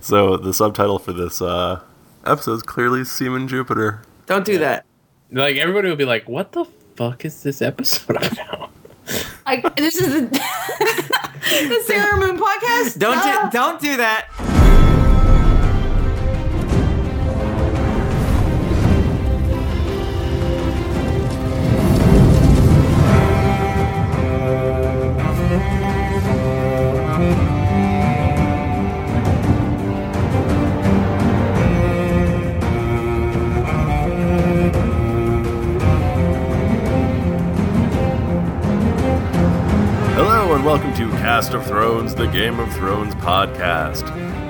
So the subtitle for this uh, episode is clearly Seaman Jupiter. Don't do that. Like everybody would be like, "What the fuck is this episode about?" Like this is the, the Sarah Moon podcast. Don't Ah. do, don't do that. Hello and welcome to Cast of Thrones, the Game of Thrones podcast.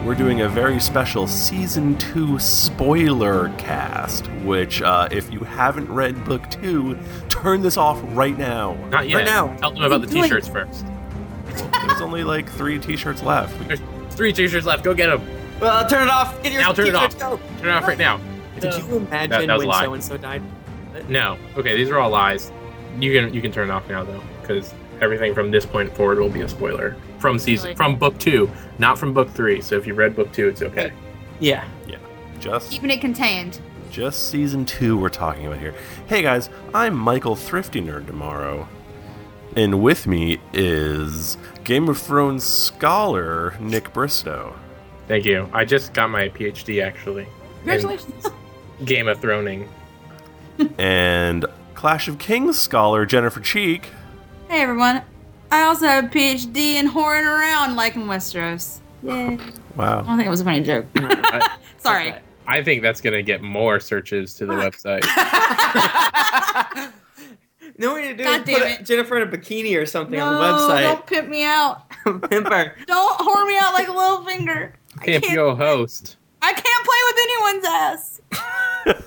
We're doing a very special season two spoiler cast, which uh, if you haven't read book two, turn this off right now. Not yet. Right now. Tell them about the What's he doing? t-shirts first. There's only like three t-shirts left. There's three t-shirts left. Go get them. Well, I'll turn it off. Get your Now turn it t-shirts, off. go. Turn it off right now. Did you imagine That- that was a when lie. so and so died? No. Okay, these are all lies. You can you can turn it off now though, because everything from this point forward will be a spoiler from season Really? from book two, not from book three. So if you read book two, it's okay. Yeah. Just Keeping it contained. Just season two we're talking about here. Hey guys, I'm Michael Thrifty Nerd tomorrow. And with me is Game of Thrones scholar Nick Bristow. Thank you. I just got my PhD actually. Congratulations. in Game of Throning. and Clash of Kings scholar Jennifer Cheek. Hey everyone. I also have a PhD in whoring around like in Westeros. Yeah. I Wow. don't think it was a funny joke. I, Sorry. I think that's gonna get more searches to the website. no way to do God is put damn a- it. Jennifer in a bikini or something on don't the pimp me out. website. Pimp her. Don't whore me out like Littlefinger. Camp Yo host. I can't play with anyone's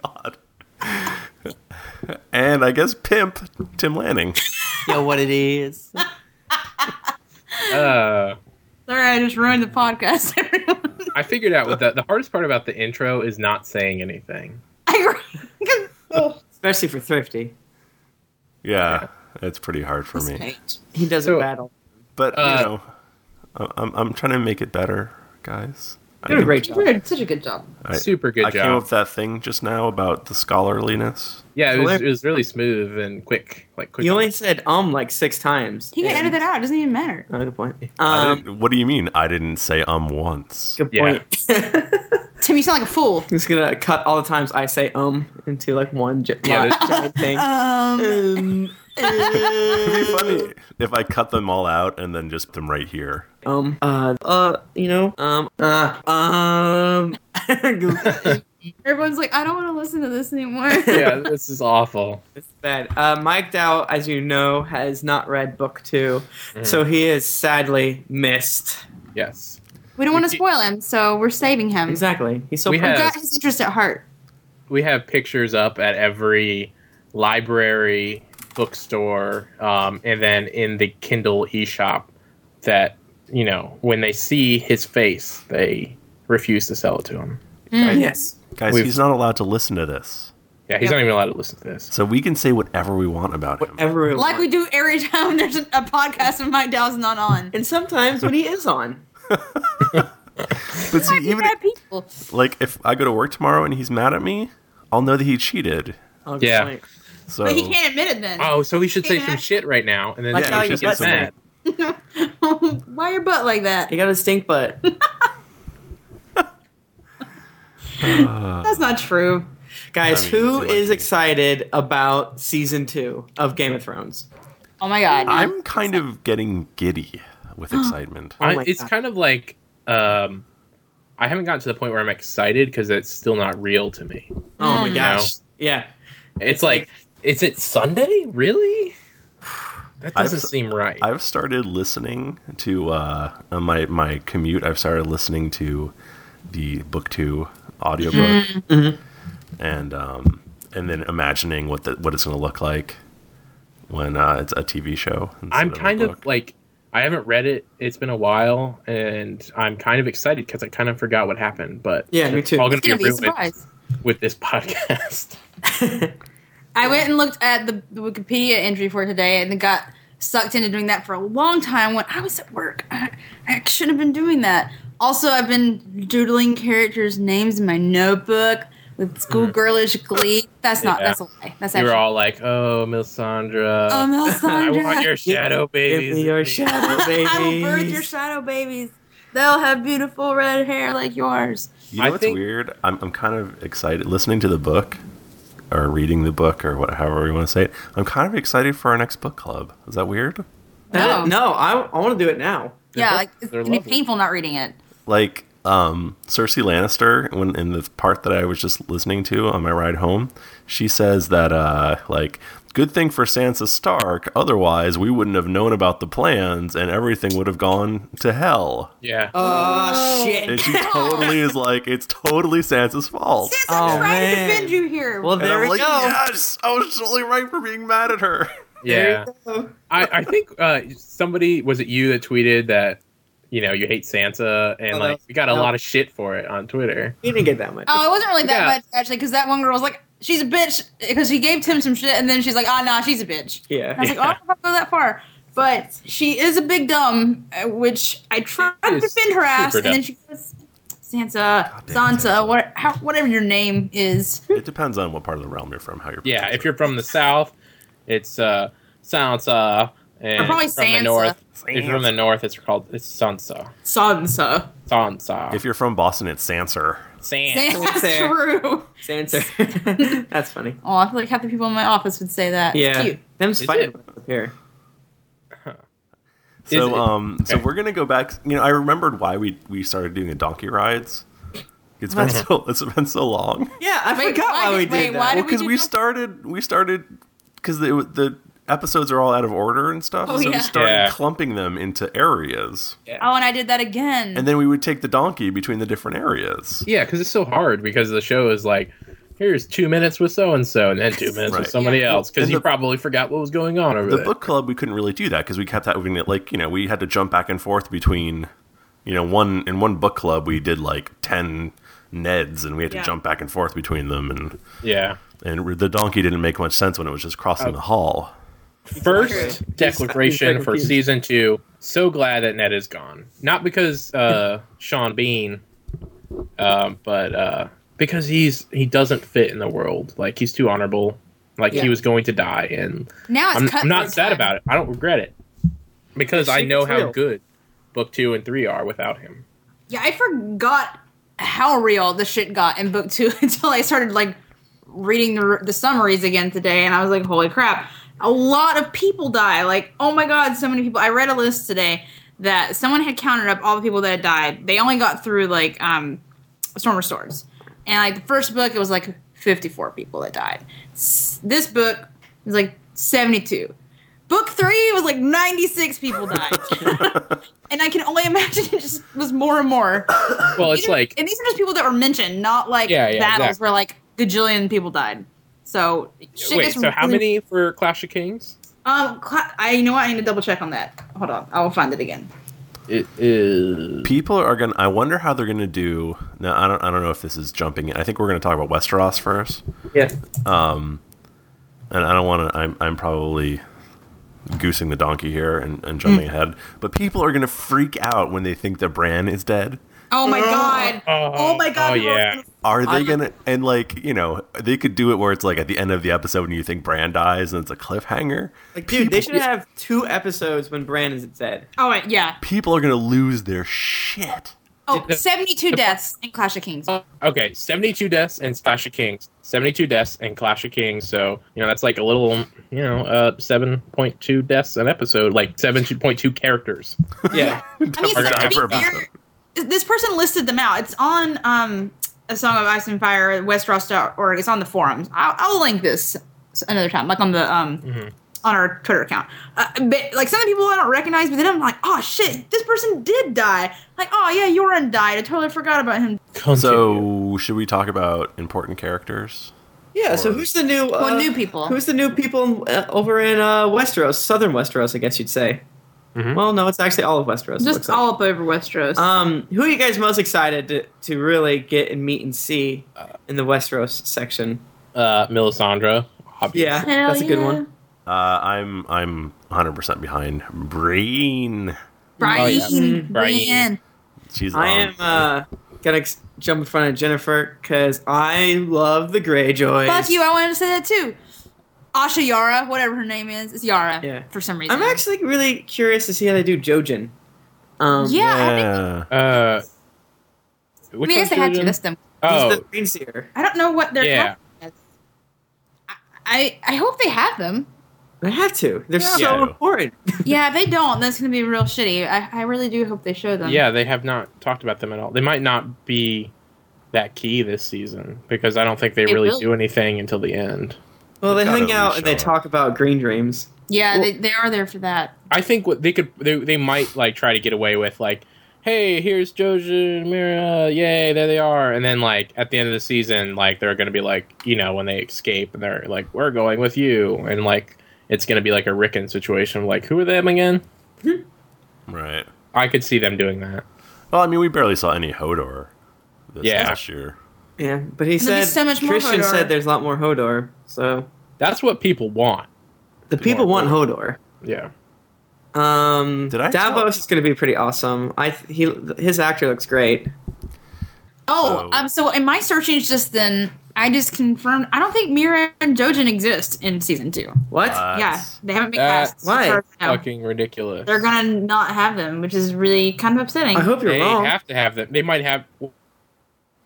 ass. God. and I guess pimp Tim Lanning. Yo, what it is? Uh, Sorry, I just ruined the podcast. everyone. I figured out what the, the hardest part about the intro is not saying anything. I oh, Especially for Thrifty. Yeah, it's pretty hard for this me. page. He doesn't So- battle. But Uh, you know, I- I'm I'm trying to make it better, guys. I Did a think- great job. Weird, such a good job. I- Super good I came job. up with that thing just now about the scholarliness. Yeah, it was, Hilarious. it was really smooth and quick. Like quick. He only said um like six times. He can edit that out. It doesn't even matter. Oh, good point. I Um, didn't- what do you mean? I didn't say um once. good Yeah. point. He's Tim, you sound like a fool. gonna cut all the times I say um into like one j- Yeah, yeah, this- thing. Um, um, uh, It'd be funny if I cut them all out and then just them right here. um, uh, uh, you know, um, uh, um. everyone's like, I don't want to listen to this anymore. yeah, this is awful. It's bad. Uh, Mike Dow, as you know, has not read book two, so he is sadly missed. Yes. We don't want to spoil him, so we're saving him. Exactly. He's so We We've proud. have- got his interest at heart. We have pictures up at every library, bookstore, um, and then in the Kindle eShop that, you know, when they see his face, they refuse to sell it to him. Mm. Yes. Guys, We've- he's not allowed to listen to this. Yeah, he's Yep. not even allowed to listen to this. So we can say whatever we want about him. Whatever. Like we do every time there's a, a podcast and Mike Dow's not on. And sometimes when he is on. But see, Why be even bad people? like if I go to work tomorrow and he's mad at me, I'll know that he cheated. Oh, good Yeah. point. So But he can't admit it then. Oh, so he should say Yeah. some shit right now, and then Like yeah, how he you should get said mad. Why your butt like that? He got a stink butt. That's not true. I Guys, mean, who he likes is me. excited about season two of Game of Thrones? Oh my god. I'm kind of getting giddy with excitement. Oh I, my it's God. kind of like um, I haven't gotten to the point where I'm excited because it's still not real to me. Oh my Mm. gosh. Yeah. It's like, is it Sunday? Really? That I've- doesn't seem right. I've started listening to uh, on my my commute. I've started listening to the book two audiobook, Mm-hmm. and um, and then imagining what the, what it's going to look like when uh, it's a TV show. instead I'm a kind of book. like, I haven't read it. It's been a while, and I'm kind of excited because I kind of forgot what happened. But Yeah, me it's too. all going it's to gonna be be a ruined surprise. with this podcast. I went and looked at the the Wikipedia entry for today and got sucked into doing that for a long time when I was at work. I, I shouldn't have been doing that. Also, I've been doodling characters' names in my notebook with schoolgirlish glee. That's not. Mm-hmm. Yeah. That's a lie. That's You actually. were all like, "Oh, Melisandre, oh, I Melisandre. want your shadow Give babies." me your shadow, baby. I will birth your shadow babies. They'll have beautiful red hair like yours. You know I what's think- weird? I'm, I'm kind of excited listening to the book or reading the book or what, however you want to say it. I'm kind of excited for our next book club. Is that weird? That- No. no, I, I want to do it now. They're yeah, both- like it's they're gonna be lovely. painful not reading it. Like um, Cersei Lannister, when in the part that I was just listening to on my ride home, she says that uh, like good thing for Sansa Stark, otherwise we wouldn't have known about the plans and everything would have gone to hell. Yeah. Oh, And shit. she totally is like, it's totally Sansa's fault. Sis, Oh, I'm trying to man. defend you here. Well, And there I'm we like, go. yes, I was totally right for being mad at her. There Yeah. you go. I, I think uh, somebody was it you that tweeted that you know you hate Santa and Uh-huh. Oh, like that's- we got a no. lot of shit for it on Twitter. We didn't get that much. oh, it wasn't really that Yeah. much actually, because that one girl was like, "She's a bitch," because she gave Tim some shit, and then she's like, "Ah, nah, she's a bitch." And I yeah. was like, "Oh, I don't know if I'll go that far." But she is a big dumb, uh, which I tried to is defend her ass, super and then she goes, "Sansa, damn Sansa, what, how, whatever your name is." It depends on what part of the realm you're from, how you're. Yeah, if pronouncing you're from the south, it's uh Sansa, and Or probably if you're from Sansa. the north, it. if you're from the north, it's called it's Sansa. Sansa. Sansa. If you're from Boston, it's Sanser. Sansa. That's Sansa. true. Sansa. That's funny. Oh, I feel like half the people in my office would say that. Yeah. It's cute. Them's Is fighting it? up here. So it- um, so okay. we're gonna go back. You know, I remembered why we we started doing the donkey rides. It's been so it's been so long. Yeah, I Wait, forgot why why did- we did wait, that. why Well, did- we because we don- started we started because the the episodes are all out of order and stuff. Oh, so we yeah. started Yeah. clumping them into areas, Oh, and I did that again. and then we would take the donkey between the different areas. Yeah, because it's so hard because the show is like, here's two minutes with so and so, and then two minutes Right. with somebody Yeah. else because And you the- probably forgot what was going on over the there. book club we couldn't really do that because we kept having it like you know we had to jump back and forth between you know one in one book club we did like 10 neds and we had Yeah. to jump back and forth between them and yeah. and the donkey didn't make much sense when it was just crossing the hall First True. He's- declaration he's for confused. season two. So glad that Ned is gone. Not because uh, Sean Bean, um, but uh, because he's he doesn't fit in the world. Like he's too honorable. Like Yeah. he was going to die, and now it's I'm, cut I'm not sad about it. I don't regret it because The I know shit's how real. good book two and three are without him. Yeah, I forgot how real the shit got in book two until I started like reading the, the summaries again today, and I was like, holy crap, a lot of people die. Like, oh my god, so many people. I read a list today that someone had counted up all the people that had died. They only got through like um, Storm of Swords, and like the first book, it was like 54 people that died. S- This book is like 72. Book three was like 96 people died. and I can only imagine it just was more and more. Well, it's These are- like and these are just people that were mentioned, not like Yeah, yeah, battles exactly. where like gajillion people died. So shit wait. gets So how really- many for Clash of Kings? Um, cla- I you know what? I need to double check on that. Hold on, I will find it again. It is people are gonna i wonder how they're gonna do now i don't i don't know if this is jumping in. i think we're gonna talk about westeros first Yeah. and I don't want to. I'm I'm probably goosing the donkey here and, and jumping ahead, but people are gonna freak out when they think that Bran is dead. Oh my god! oh, Oh my god! oh, people are yeah. gonna- Are they I'm- gonna and like you know they could do it where it's like at the end of the episode and you think Bran dies and it's a cliffhanger. Like, dude, they should have two episodes when Brandon's dead. Oh wait, yeah. People are gonna lose their shit. Oh, The- 72 deaths in Clash of Kings. Uh, okay, 72 deaths and Clash of Kings. 72 deaths and Clash of Kings. So, you know, that's like a little, you know, uh, 7.2 deaths an episode, like 7.2 characters. Yeah. I mean, Are it's- gonna to be hyper fair, episode. this person listed them out. It's on um, a Song of Ice and Fire, Westeros.org. It's on the forums. I'll, I'll link this s- another time, like on the um, Mm-hmm. on our Twitter account. Uh, but like some of the people I don't recognize, but then I'm like, oh shit, this person did die. Like, oh yeah, Yoren died. I totally forgot about him. So should we talk about important characters? Yeah, so who's the new. Uh, Well, new people. Who's the new people in, uh, over in uh, Westeros? Southern Westeros, I guess you'd say. Mhm. Well, no, it's actually all of Westeros. it looks Just like. all up over Westeros. Um, who are you guys most excited to, to really get and meet and see in the Westeros section? uh, Melisandre, obviously. Yeah, that's a good one. Uh, I'm I'm 100 percent behind Breen. Brian. Mm, Oh, yeah. Brian. Brian. She's I on. am uh, gonna ex- jump in front of Jennifer because I love the Greyjoys. Fuck you, I wanted to say that too. Asha Yara, whatever her name is, it's Yara Yeah. for some reason. I'm actually really curious to see how they do Jojen. Um, Yeah, I think- yeah. Uh, I which mean, I one's guess they had to. Jordan? That's them. Oh, he's the green seer. I don't know what they're. Yeah. called. I, I hope they have them. They have to. They're Yeah. so Yeah. important. yeah, if they don't, that's gonna be real shitty. I, I really do hope they show them. yeah, they have not talked about them at all. They might not be that key this season because I don't think they They really will. do anything until the end. Well, they They've gotta hang out and they reshow. talk about green dreams. yeah, Well- they, they are there for that. I think what they could they, they might like try to get away with like, hey, here's Jojo and Mira, yay, there they are, and then like at the end of the season, like they're gonna be like, you know, when they escape and they're like, we're going with you, and like it's gonna be like a Rickon situation, like who are them again? Right. I could see them doing that. Well, I mean, we barely saw any Hodor this Yeah. last year. Yeah, but he There'll said be so much more Christian Hodor. said there's a lot more Hodor. So That's what people want. the people more want Hodor. Yeah. Um, Did I Davos tell- is going to be pretty awesome. I th- he his actor looks great. Oh, So- um, so in my searching just then, I just confirmed. I don't think Mira and Jojen exist in season two. What? What? yeah, they haven't been That's cast. as far as I know. Fucking ridiculous. They're gonna not have them, which is really kind of upsetting. I hope you're they wrong. have to have them. They might have.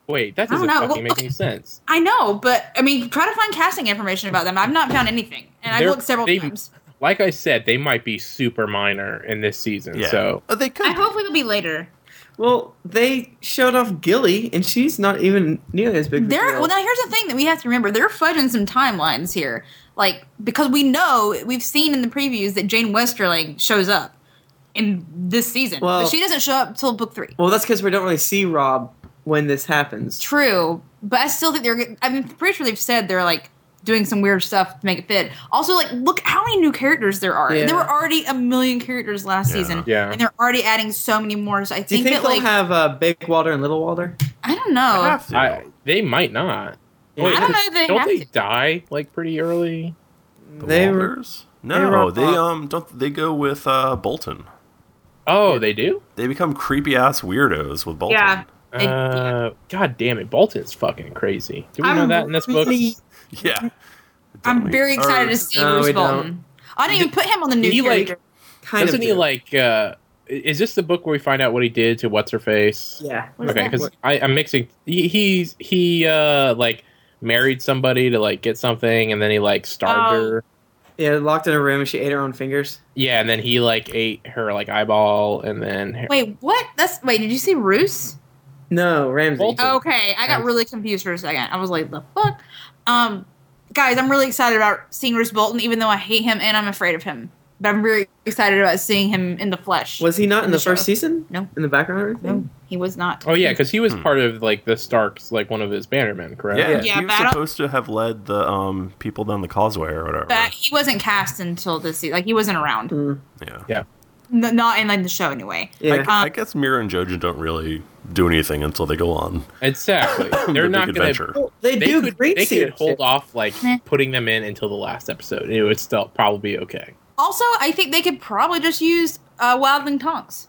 Wait, that I don't doesn't know. fucking make Okay. any sense. I know, but I mean, try to find casting information about them. I've not found anything, and I've They're- looked several they- times. Like I said, they might be super minor in this season. Yeah. So Oh, they could. I hope it'll be later. well, they showed off Gilly, and she's not even nearly as big. of a There. deal. Well, now here's the thing that we have to remember: they're fudging some timelines here, like because we know we've seen in the previews that Jane Westerling shows up in this season, Well- but she doesn't show up till book three. Well, that's because we don't really see Rob when this happens. True, but I still think they're. I'm pretty sure they've said they're like doing some weird stuff to make it fit. Also, like, look how many new characters there are. Yeah. There were already a million characters last Yeah. season, Yeah. and they're already adding so many more. So I Do you think, think, that, they'll like, have uh, Big Walter and Little Walter? I don't know. have to. I, they might not. Yeah. I don't know if they don't have they to. die like pretty early? The They were. Walters? No, were- they, um don't they go with uh, Bolton. Oh, they do. They become creepy ass weirdos with Bolton. Yeah. They- uh, God damn it, Bolton's fucking crazy. Do we know I'm that in this book? really- Yeah. I'm Definitely. very excited Or- to see No, Bruce we Bolton. don't. I didn't even put him on the new He, like- character. Kind Doesn't of he do. like? uh i- Is this the book where we find out what he did to what's her face? Yeah. What is okay, that? because I'm mixing. He, he's he uh like married somebody to like get something, and then he like starved Oh. her. Yeah, locked in a room, and she ate her own fingers. Yeah, and then he like ate her like eyeball, and then her- Wait, what? That's wait. Did you see Roos? No, Ramsey. Bolton. Okay, I got really confused for a second. I was like, the fuck. Um, guys, I'm really excited about seeing Roos Bolton, even though I hate him and I'm afraid of him. But I'm very excited about seeing him in the flesh. Was he not in In the the first show. season? No. In the background or anything? no, he was not. oh yeah, because he was Hmm. part of like the Starks, like one of his bannermen, correct? Yeah, Yeah, he was but I don't- supposed to have led the um people down the causeway or whatever. But he wasn't cast until this season. Like he wasn't around, Mm, yeah. N- not in like, the show anyway. yeah. I, Um, I guess Mira and Jojen don't really do anything until they go on. exactly. They're The not Big gonna. Adventure. Well, Oh, they, They do could, great they could series. hold off like Meh. putting them in until the last episode. It would still probably be okay. Also, I think they could probably just use uh, Wildling Tonks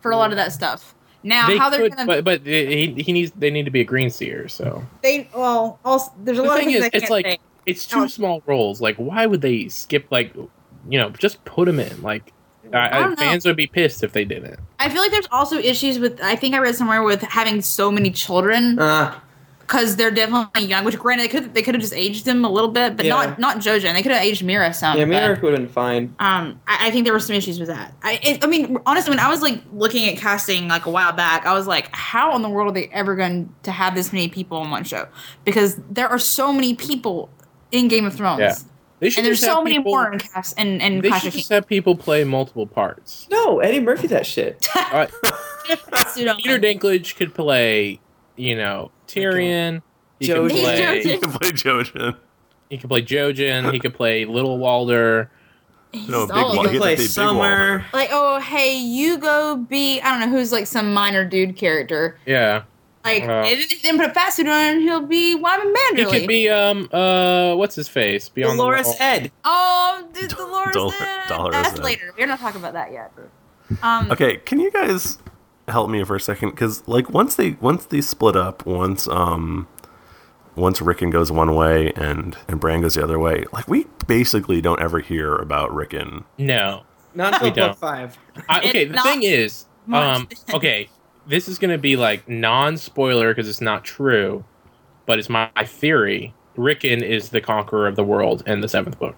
for a lot of that stuff. Now, they how they're could, gonna but but he, he needs they need to be a green seer. So they well, also there's a the lot thing is, of things I it's can't like say. it's two Oh. small roles. Like, why would they skip? Like, you know, just put them in. Like, I I, I, don't know. fans would be pissed if they didn't. I feel like there's also issues with. I think I read somewhere with having so many children Uh, because they're definitely young. Which granted, they could they could have just aged them a little bit, but Yeah. not not Jojo. And they could have aged Mira some. yeah, but, Mira would have been fine. um, I, I think there were some issues with that. I it, I mean, honestly, when I was like looking at casting like a while back, I was like, how in the world are they ever going to have this many people in one show? Because there are so many people in Game of Thrones, Yeah. They and there's just have so many people- more in cast and and They Clash should of just Kings. have people play multiple parts. No, Eddie Murphy, that shit. Uh, Pseudo- Peter Dinklage could play, you know, Tyrion. He could Jojen. play. You can play Jojen. He could play Jojen. He could play Little Walder. He's No, big all of one. them. get play the big Summer. like oh hey you go be i don't know who's like some minor dude character Yeah, like Wow. and then- then put a fast food on and he'll be wyman he manderly Uh, could be um uh what's his face beyond the Dolores wall. Ed. oh dude, dolores Dollar- Ed. Dolores that's Ed. later we're not talking about that yet um Okay, can you guys help me for a second because like once they once they split up once um once Rickon goes one way and and Bran goes the other way like we basically don't ever hear about Rickon No. Not until don't. book five. I, okay, It's the not thing is, um, much. okay, this is going to be like non spoiler because it's not true, but it's my, my theory. Rickon is the conqueror of the world in the seventh book.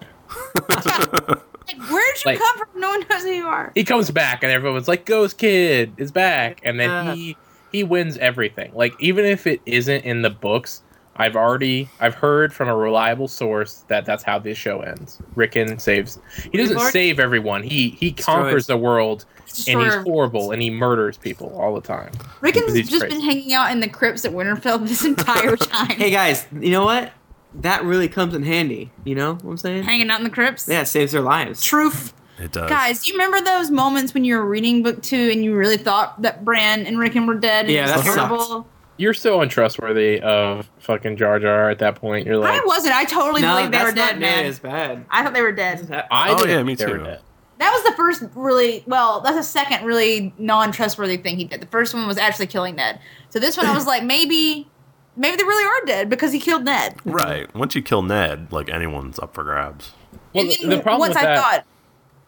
Like, where'd you Like- come from? No one knows who you are. He comes back, and everyone's like, "Ghost Kid is back," and then Yeah. he he wins everything. Like even if it isn't in the books, I've already I've heard from a reliable source that that's how this show ends. Rickon saves. He doesn't already- save everyone. He he Destroys. conquers the world, and he's Sure. horrible, and he murders people all the time. Rickon's he's just crazy. been hanging out in the crypts at Winterfell this entire time. Hey guys, you know what? That really comes in handy. You know what I'm saying? hanging out in the crypts. Yeah, it saves their lives. Truth. it does Guys, do you remember those moments when you were reading book two and you really thought that Bran and Rickon were dead? and Yeah, it was that sucked. terrible? You're so untrustworthy of fucking Jar Jar at that point. You're like, I wasn't. I totally No, believed they that's were not dead, nearly man. as bad. I thought they were dead. I Oh, didn't yeah, think me they were too. dead. That was the first really well. That's the second really non-trustworthy thing he did. The first one was actually killing Ned. So this one, I was like, maybe, maybe they really are dead because he killed Ned. right once you kill Ned like anyone's up for grabs Well, And the, then the problem once with I that, thought,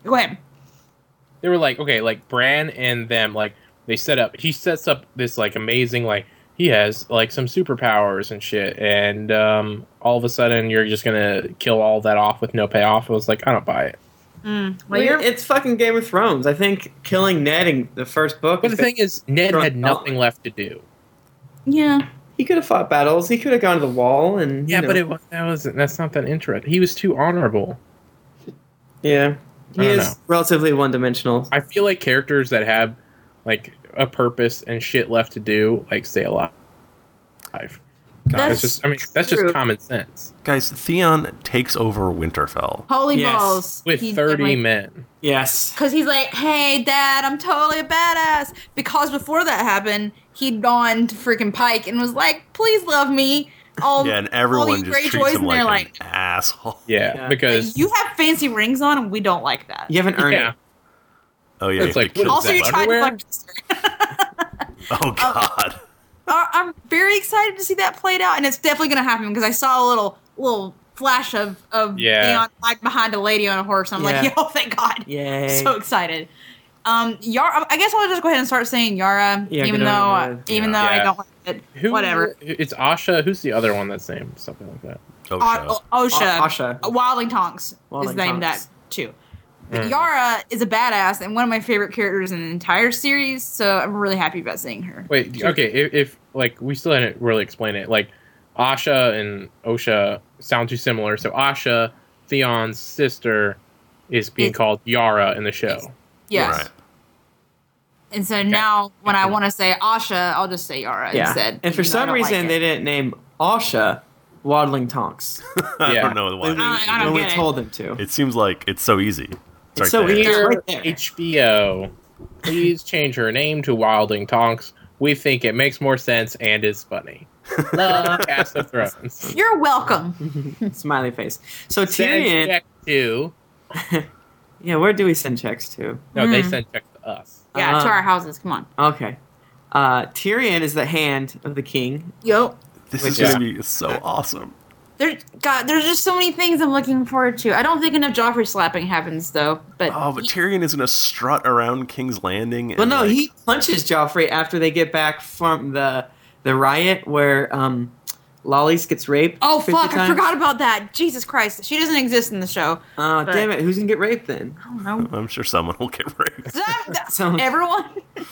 go ahead. they were like, okay, like Bran and them, like they set up. He sets up this like amazing, like he has like some superpowers and shit, and um, all of a sudden you're just gonna kill all that off with no payoff. I was like, I don't buy it. Mm, well, Well, you're- it's fucking Game of Thrones. I think killing Ned in the first book. But the is- thing is, Ned Sure. had nothing left to do. yeah. he could have fought battles. He could have gone to the wall and Yeah, you but know, it wa- that wasn't. That's not that interesting. He was too honorable. yeah, I he don't is know. relatively one-dimensional. I feel like characters that have like a purpose and shit left to do, like stay alive. That's, That's just I mean that's just true. common sense. guys Theon takes over Winterfell Holy Yes. balls! With thirty men. Yes, Because he's like, hey, dad, I'm totally a badass. Because before that happened, he donned freaking Pike and was like, please love me. All, yeah and all everyone you just Greyjoys, treats him like, and they're an like, asshole Yeah. Yeah. Because you have fancy rings on and we don't like that. you haven't earned yeah. it. oh yeah It's you like, kill Also, uh, you Ned. tried to Underwear? fuck your sister. oh god I- I'm very excited to see that played out, and it's definitely going to happen because I saw a little little flash of of Yeah. Theon hiding behind a lady on a horse. and I'm Yeah. like, yo, thank God. Yay! so excited. Um, Yara, I guess I'll just go ahead and start saying Yara, Yeah, even get though over it. even Yeah. though Yeah. I don't like it. Who Whatever. It's Asha. Who's the other one that's named something like that? oh O- O- Osha, O- Osha. Uh, Wildling Tonks Wildling is named Tonks. that too. But Mm. Yara is a badass and one of my favorite characters in the entire series, so I'm really happy about seeing her. Wait, okay, if, if like we still didn't really explain it, like Asha and Osha sound too similar. So Asha, Theon's sister, is being Yes. called Yara in the show. Yes. Right. And so now when I want to say Asha, I'll just say Yara yeah, instead. and for even though I some don't like reason it. they didn't name Osha Waddling Tonks. I Yeah. don't know why. When we- I- I don't when we get it. told them to. It seems like it's so easy. It's so there. easy. Dear right there. HBO, please change her name to Wilding Tonks. We think it makes more sense and is funny. Love Cast of Thrones. You're welcome. Smiley face. So Send Tyrion. check to. Yeah, where do we send checks to? No, they Mm. sent check to us. Yeah, Uh-huh. to our houses. Come on. Okay. Uh, Tyrion is the hand of the king. Yo. This Which is is- going to be so awesome. There, God, there's just so many things I'm looking forward to. I don't think enough Joffrey slapping happens though. But Oh, but Tyrion is going to strut around King's Landing. And Well, no, like, he punches Joffrey after they get back from the the riot where um, Lollies gets raped. oh 50 fuck, I times. forgot about that. Jesus Christ, she doesn't exist in the show. Oh, But- damn it! Who's gonna get raped then? I don't know. I'm sure someone will get raped. That- So- Everyone.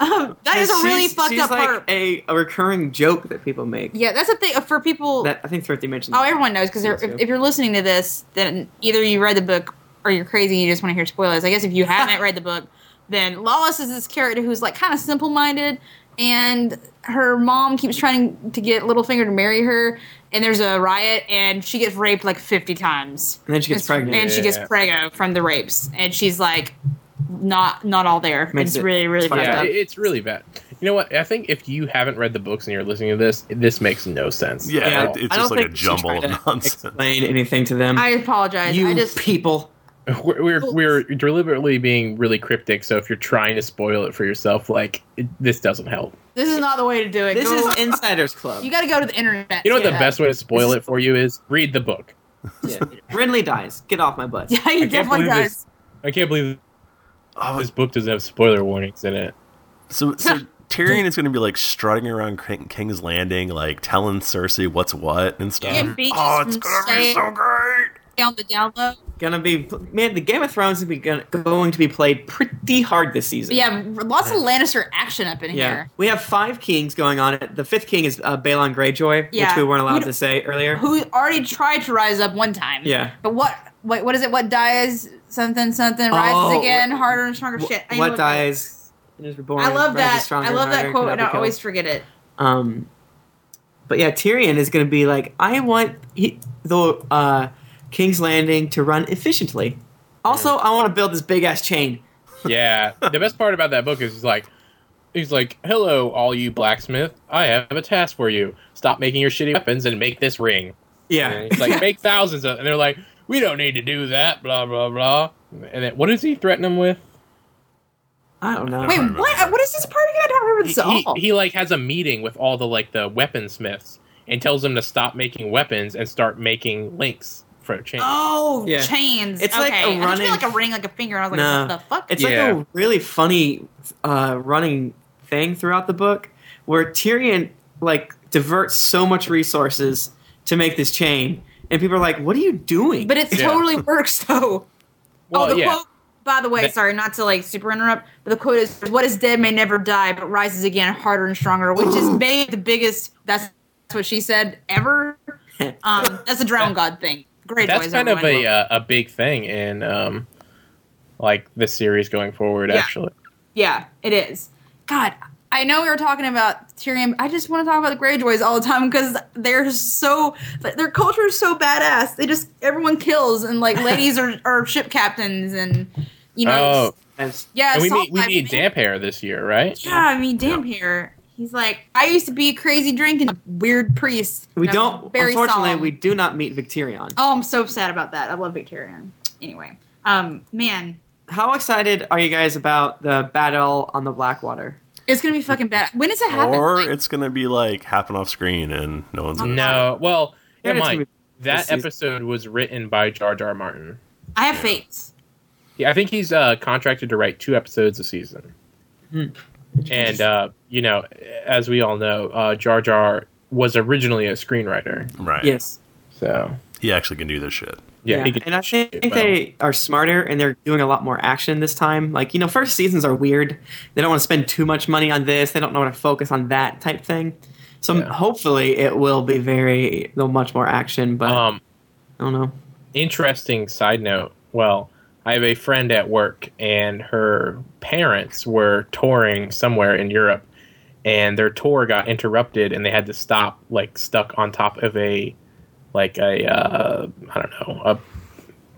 um, that is a really She's- fucked she's up like part. A, a recurring joke that people make. yeah, that's a thing for people. That I think Thrifty mentioned. oh, everyone knows because if, if you're listening to this, then either you read the book or you're crazy and you just want to hear spoilers. I guess if you haven't read the book, then Lawless is this character who's like kind of simple minded, and her mom keeps trying to get Littlefinger to marry her, and there's a riot, and she gets raped like 50 times. And then she gets It's- pregnant. And she gets Yeah. preggo from the rapes, and she's like, not not all there. Makes it's it- really really it's fucked fucked Yeah, up. it- it's really bad. You know what? I think if you haven't read the books and you're listening to this, this makes no sense. Yeah, Yeah, it- it's I don't just like a think we should jumble try of to nonsense. Explain anything to them. I apologize. you I just people. We're, we're we're deliberately being really cryptic. So if you're trying to spoil it for yourself, like it, this doesn't help. This is not the way to do it. This Go- is Insiders Club. you got to go to the internet. You know what to the get best way to spoil it for you is read the book. Yeah. Ridley dies. Get off my butt. that. Yeah, he I can't definitely believe does. this. I can't believe Oh, this book doesn't have spoiler warnings in it. So, so Tyrion is going to be like strutting around King- King's Landing, like telling Cersei what's what and stuff. Yeah, bitches oh, it's going to be say- so great. On the download. Gonna be man. The Game of Thrones is be gonna, going to be played pretty hard this season. But yeah, lots of Lannister action up in Yeah, here. we have five kings going on. The fifth king is uh, Balon Greyjoy, Yeah. which we weren't We allowed don't- to say earlier. Who already tried to rise up one time. Yeah. But what? Wait, what is it? What dies? Something, something rises Oh, again, harder and stronger. Wh- Shit. I know what that is. dies and is reborn. I rises love that. stronger I love and that harder, quote, cannot and be I killed. always forget it. Um, but yeah, Tyrion is going to be like, I want he, the uh, King's Landing to run efficiently. Also, I want to build this big ass chain. Yeah, the best part about that book is he's like, he's like, "Hello, all you blacksmith. I have a task for you. Stop making your shitty weapons and make this ring." Yeah, And he's like, "Make thousands of." And they're like, "We don't need to do that." Blah blah blah. And then what does he threaten them with? I don't know. Wait, remember what? that. What is this part again? I don't remember He, this at he, all. he, like has a meeting with all the like the weaponsmiths and tells them to stop making weapons and start making links for a chain. Oh, Yeah. chains. It's okay. like a I just feel running- like a ring, like a finger. And I was like, No. what the fuck? It's like Yeah. a really funny uh, running thing throughout the book where Tyrion like diverts so much resources to make this chain, and people are like, "What are you doing?" but it Yeah. totally works though. Well, oh, the yeah. quote. By the way, That- sorry, not to like super interrupt, but the quote is "What is dead may never die, but rises again harder and stronger," which is maybe the biggest. That's, that's what she said ever. Um, that's a drown god thing. Great That's boys, kind of everyone. a uh, a big thing in um, like the series going forward. Yeah. Actually, Yeah, it is. God, I know we were talking about Tyrion. but I just want to talk about the Greyjoys all the time because they're so like, their culture is so badass. They just everyone kills and like ladies are, are ship captains and you know oh, As- yeah. and we assault meet we meet rifle. Damp Hair this year, right? Yeah, I mean damn here. He's like I used to be crazy drinking weird priest. we And I'm don't. Unfortunately, solemn. we do not meet Victorion. Oh, I'm so sad about that. I love Victorian. Anyway, um, man, How excited are you guys about the battle on the Blackwater? it's gonna be fucking bad. When does it happen? Or Like, Um, it's going to be like happen off screen and no one's going to No, well, Yeah, yeah, it's Mike, gonna this that season. episode was written by Jar Jar Martin. I have faith. Yeah, I think he's uh, contracted to write two episodes a season. Hmm. And uh, you know, as we all know, uh, Jar Jar was originally a screenwriter, Right. Yes. so He actually can do this shit. yeah, he could and I shoot think well. they are smarter and they're doing a lot more action this time. Like, you know, first seasons are weird. They don't want to spend too much money on this. They don't know how to focus on that type thing. So Yeah. hopefully it will be very though much more action, but Um, I don't know. interesting side note. Well, I have a friend at work, and her parents were touring somewhere in Europe, and their tour got interrupted, and they had to stop, like stuck on top of a, like a, uh, I don't know, a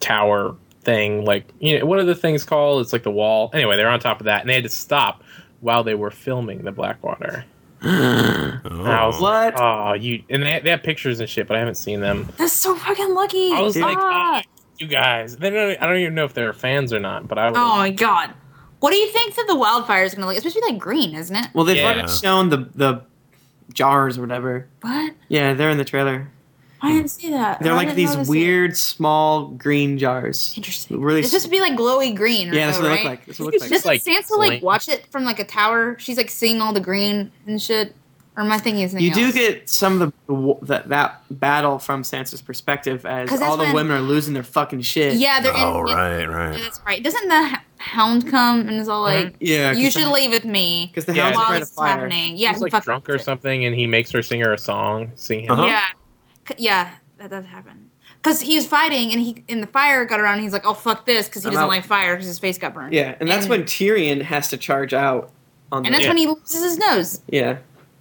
tower thing, like you know, what are the things called? It's like the wall. Anyway, they're on top of that, and they had to stop while they were filming the Blackwater. And I was Oh. like, What? Oh, you and they, they have pictures and shit, but I haven't seen them. That's so fucking lucky. I was Dude. like, "Ah, Ah. you guys. They don't, I don't even know if they're fans or not, but I was. Oh my god. What do you think that the wildfire is gonna look? It's supposed to be like green, isn't it? Well, they've Yeah. already shown the the jars or whatever. What? Yeah, they're in the trailer. I didn't see that. They're I like didn't these notice it. weird small green jars. Interesting. really it's supposed to be like glowy green. Or Yeah, that's so, what they right? look like. That's what It's it looks like. just- Doesn't like Sansa like blank. watch it from like a tower? She's like seeing all the green and shit. Or am I thinking of something You do else? get some of the, the that that battle from Sansa's perspective as 'Cause that's all the when- women are losing their fucking shit. Yeah, they're Oh, in. right, Yeah, right. that's right. Doesn't the h- hound come and is all like, Yeah, "You should leave with me because the Mm-hmm. Yeah. hounds Hound's are while trying to this is fire. happening." Yeah, He's he like fucking drunk or does it. something, and he makes her sing her a song. Sing him. Uh-huh. Yeah, C- yeah, that does happen. Because he's fighting, and he and the fire got around. And he's like, "Oh fuck this," because he I'm doesn't out. like fire because his face got burned. Yeah, and that's And- when Tyrion has to charge out on. and the, that's when he loses his nose. yeah,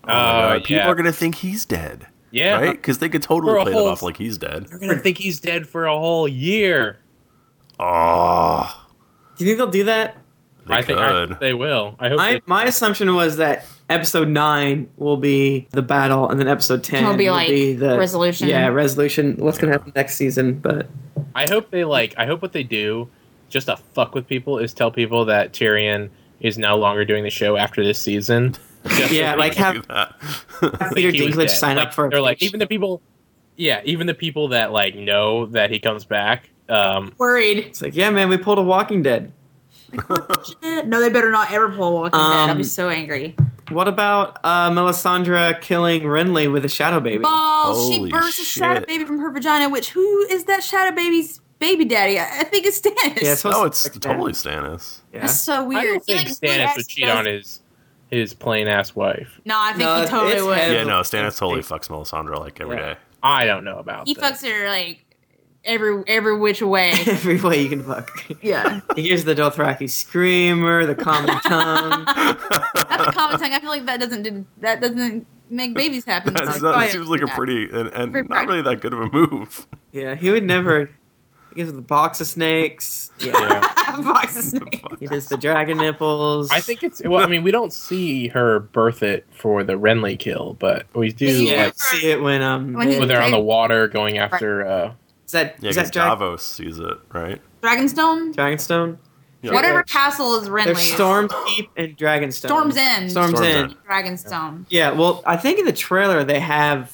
Oh, my Oh, God. People yeah. are going to think he's dead. Yeah. Right? Because they could totally For a play whole- it off like he's dead. You're going to think he's dead for a whole year. Oh. do you think they'll do that? They I, think, I could. think they will. I hope I they- my assumption was that episode nine will be the battle, and then episode ten It'll be like the resolution. Yeah, resolution. What's gonna Yeah. happen next season? But I hope they like. I hope what they do, just to fuck with people, is tell people that Tyrion is no longer doing the show after this season. Just so Yeah, they like have can Do that. Peter he was Dinklage dead. sign Like, up for. a They're like pitch. even the people. Yeah, even the people that like know that he comes back. Um, Worried. It's like, yeah, man, we pulled a Walking Dead. No, they better not ever pull Walking Dead. I'll Um, be so angry. What about uh, Melisandre killing Renly with a shadow baby? Balls. Holy She bursts a shadow shit. baby from her vagina. Which who is that shadow baby's baby daddy? I, I think it's Stannis. Yeah, it's- no, it's Like that. totally Stannis. Yeah. That's so weird. I don't He, think like, Stannis would cheat on does- his his plain ass wife. No, I think No, he it's- totally it's would. heavy. Yeah, no, Stannis totally fucks Melisandre like every day. Yeah. I don't know about. He that. fucks her like every every which way. Every way you can fuck. yeah, He gives the Dothraki screamer, the common tongue. that's a common tongue. I feel like that doesn't do, that doesn't make babies happen. That's So not, I that seems like a don't do pretty and, and Pretty not really that good of a move. Yeah, he would never. He gives the box of snakes. Yeah, Yeah. that. Fox is snake. he does the dragon nipples. I think it's well. I mean, we don't see her birth it for the Renly kill, but we do Yeah, like see it when um. When he- when is they're on the water going after. Uh, that Yeah, because is that Dra- Davos sees it, right? Dragonstone. Dragonstone? Yeah. Whatever There's- castle is Renly. There's Stormkeep and Dragonstone. Storm's End. Storm's, Storm's End. End. Dragonstone. Yeah, well, I think in the trailer they have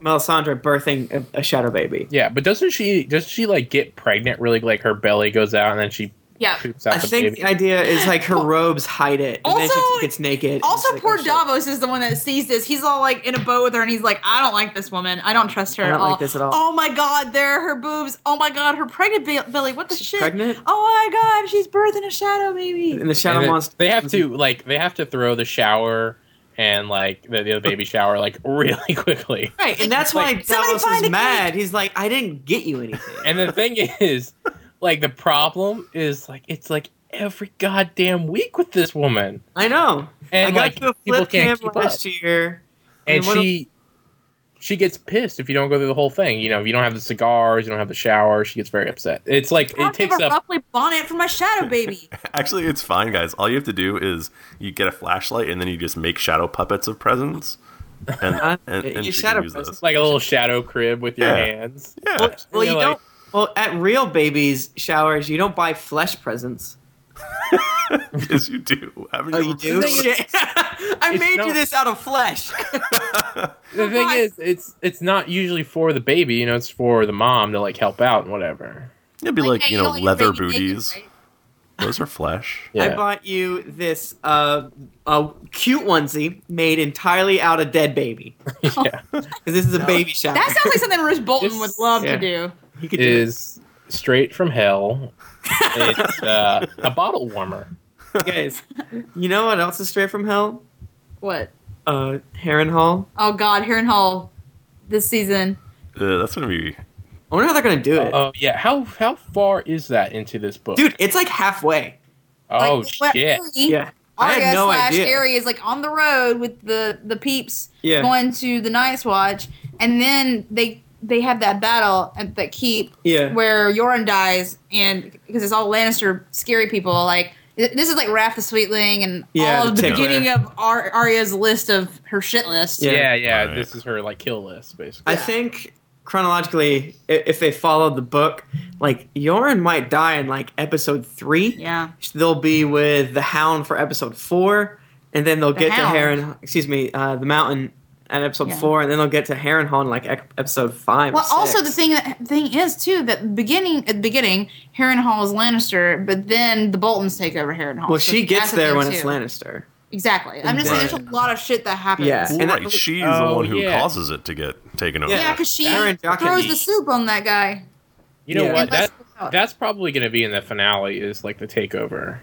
Melisandre birthing a, a shadow baby. yeah, but doesn't she? Does she like get pregnant? Really, like her belly goes out and then she Yeah. poops out I the think baby. the idea is like her robes hide it, and then she Also- gets naked. and Also, she's like, poor oh, shit. Davos is the one that sees this. He's all like in a boat with her, and he's like, "I don't like this woman. I don't trust her I at, don't all. like this at all." Oh my god, there are her boobs. Oh my god, her pregnant be- belly. What the She's shit? pregnant? Oh my god, she's birthing a shadow baby. And the shadow And it- monster. They have to like they have to throw the shower and like the, the baby shower like really quickly. Right, and that's why Like, somebody Davos find a is cake. mad. He's like, I didn't get you anything. And the thing is, like the problem is like it's like every goddamn week with this woman, I know. I and got like you a people flip cam can't keep up. last year. and I mean, what she she gets pissed if you don't go through the whole thing. You know, if you don't have the cigars, you don't have the shower. She gets very upset. It's like I'll it takes give a up. ruffly bonnet for my shadow baby. Actually, it's fine, guys. All you have to do is you get a flashlight and then you just make shadow puppets of presents, Uh, and and, you and she shadow can use presents. those. It's like a little shadow crib with your Yeah. hands. Yeah, Well, well, you You're like- don't. Well, at real babies' showers, you don't buy flesh presents. yes, Oh, you do. Haven't Oh, ever- Shit. I It's made not- you this out of flesh. The thing Why? is, it's it's not usually for the baby. You know, it's for the mom to like help out and whatever. It'd be like, hey, you know, don't let your leather baby naked, booties. right? Those are flesh. Yeah. I bought you this uh, a cute onesie made entirely out of dead baby. yeah. Because this is a baby shower. That sounds like something Rich Bolton This- would love yeah. to do. you could do it. Is straight from hell. It's uh, a bottle warmer. guys. You know what else is straight from hell? What? Uh, Heron Hall. Oh god, Heron Hall this season. Uh, that's gonna be. I wonder how they're gonna do it, Oh yeah. How how far is that into this book? dude. It's like halfway. oh Like, where shit. Harry- Yeah, I Arya had no slash idea. Harry is like on the road with the the peeps Yeah. going to the Night's Watch, and then they they have that battle at the keep Yeah, where Yoren dies, and because it's all Lannister scary people. Like th- this is like Wrath the Sweetling and Yeah, all the of the tickler. beginning of Ar- Arya's list of her shit list. Yeah. Yeah, yeah. Alright. This is her like kill list basically. I Yeah. think chronologically, i- if they followed the book, like Yoren might die in like episode three. Yeah. They'll be with the Hound for episode four, and then they'll The get Hound. to Heron. Excuse me, uh, the Mountain at episode Yeah. four, and then they'll get to Heron Hall in like ec- episode five. or Well, also the six. thing that thing is too that beginning at the beginning, Harrenhal is Lannister, but then the Boltons take over Harrenhal. Well, So she gets that's a there thing, when too. it's Lannister. Exactly. I'm just saying, there's a lot of shit that happens. Yeah. Yeah, And that- right, she's the Oh, one who yeah. causes it to get taken over. Yeah. because she Aaron Jockin- throws the soup on that guy. You know Yeah. what? Unless- That that's probably going to be in the finale. Is like the takeover.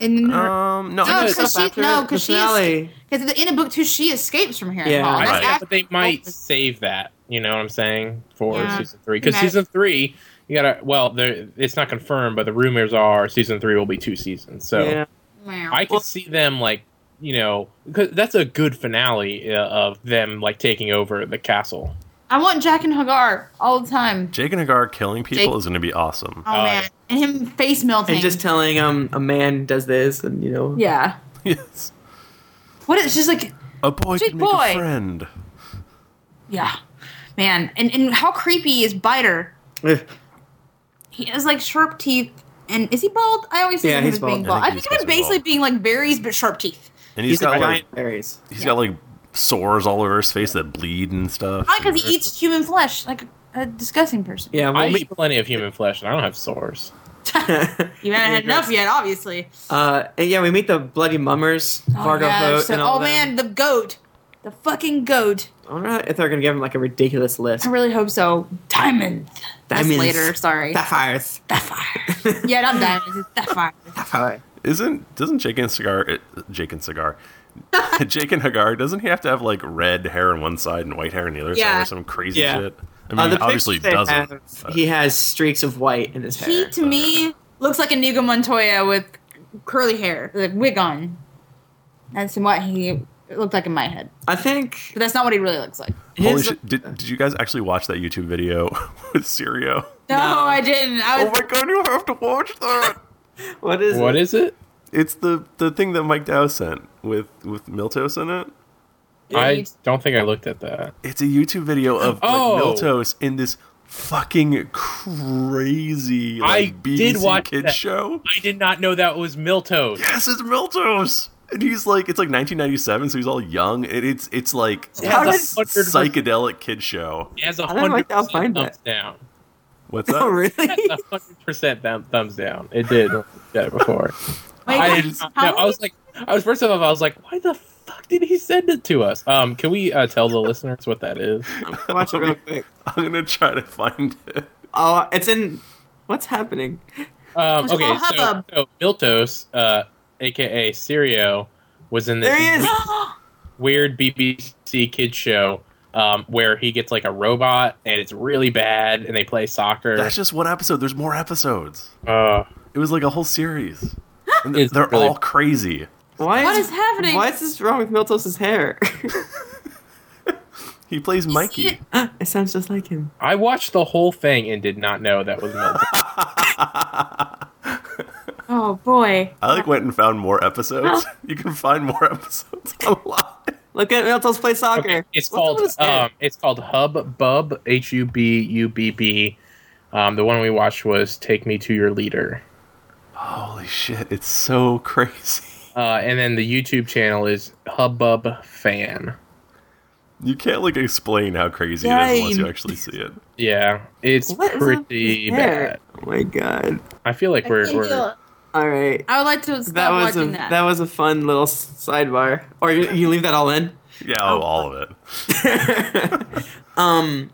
and then uh, her, Um, no, No, I it's just- because she After no, the because she finale- because at the end of book two she escapes from here. Yeah. Hall. Right. That's Yeah, after- but they might save that. You know what I'm saying for Yeah. season three? Because Imagine- season three, you gotta. Well, there it's not confirmed, but the rumors are season three will be two seasons. So yeah. Wow. I could Well- see them like you know because that's a good finale uh, of them like taking over the castle. I want Jack and Hagar all the time. Jake and Hagar killing people Jake- is gonna be awesome. Oh Oh, man, and him face melting. and just telling um a man does this, and you know, yeah. yes, What is just like a boy Jake can make boy. a friend. yeah, man. And and how creepy is Biter? Ugh. he has like sharp teeth. And is he bald? I always think Yeah, of him he's as being bald. bald. I I think think he's of him basically bald. being like berries, but sharp teeth. And he's He's got like like giant berries. he's got like sores all over his face that bleed and stuff. Probably because he eats human flesh like a disgusting person. Yeah, I well, eat plenty of human flesh, and I don't have sores. we, You haven't had enough yet, obviously. uh, and yeah, we meet the bloody mummers, Fargo yeah, Boat, so- and all oh them. man, the goat, the fucking goat. I wonder if they're gonna give him like a ridiculous list. I really hope so. Diamond. That's Diamonds. later. Sorry. Sapphires. Sapphire. yeah, not diamonds. It's sapphire. Sapphire. Isn't doesn't Jake and Cigar uh, Jake and Cigar Jake and Hagar doesn't he have to have like red hair on one side and white hair on the other side Yeah. or some crazy Yeah. shit? I Uh, mean, the obviously he pictures they doesn't. have, but- he has streaks of white in his hair. He to me looks like Inigo Montoya with curly hair, like wig on. That's what he looked like in my head, I think but that's not what he really looks like. Holy his- shit! Did, did you guys actually watch that YouTube video with Sirio? No, I didn't. I Oh was my god, you have to watch that! What is What it? is it? It's the the thing that Mike Dow sent with with Miltos in it. Yeah, I you- don't think I looked at that. It's a YouTube video of like, Oh. Miltos in this fucking crazy I like, BBC did watch kids that. show. I did not know that was Miltos. Yes, it's Miltos, and he's like it's like 1997, so he's all young. and it's it's like It has How a does- hundred per- psychedelic kid show. it has a I don't hundred like that. I'll percent find thumbs it. down. What's Oh, that? really? A hundred percent thum- thumbs down. It did that before. wait, I, wait, did not how know. I many- was like, I was first of all, I was like, why the fuck did he send it to us? Um, can we uh, tell the listeners what that is? Watch it real quick. I'm gonna try to find it. Oh, it's in. What's happening? Um, It's okay, called so, Hubbub. so Miltos, uh, aka Sirio, was in this There he is. weird BBC kids show um, where he gets like a robot and it's really bad, and they play soccer. That's just one episode. There's more episodes. Uh, It was like a whole series. And It's they're really- all crazy. Why What is happening? Why is this wrong with Miltos' hair? He plays see Mikey. it? it sounds just like him. I watched the whole thing and did not know that was Miltos. oh boy. I like went and found more episodes. you can find more episodes online. Look at Miltos play soccer. Okay, it's What's up called with his hair? um, it's called Hub Bub H U B U B B. Um, the one we watched was Take Me to Your Leader, Holy shit! It's so crazy. uh, and then the YouTube channel is Hubbub Fan. You can't like explain how crazy it is unless you Dang. actually see it. Yeah, it's What is up with um, pretty his hair? bad. Oh my god. I feel like I, we're, can't do we're it. All right. I would like to stop That was a watching that. that. was a fun little s- sidebar. Or you, you leave that all in. Yeah, oh, all of it. um.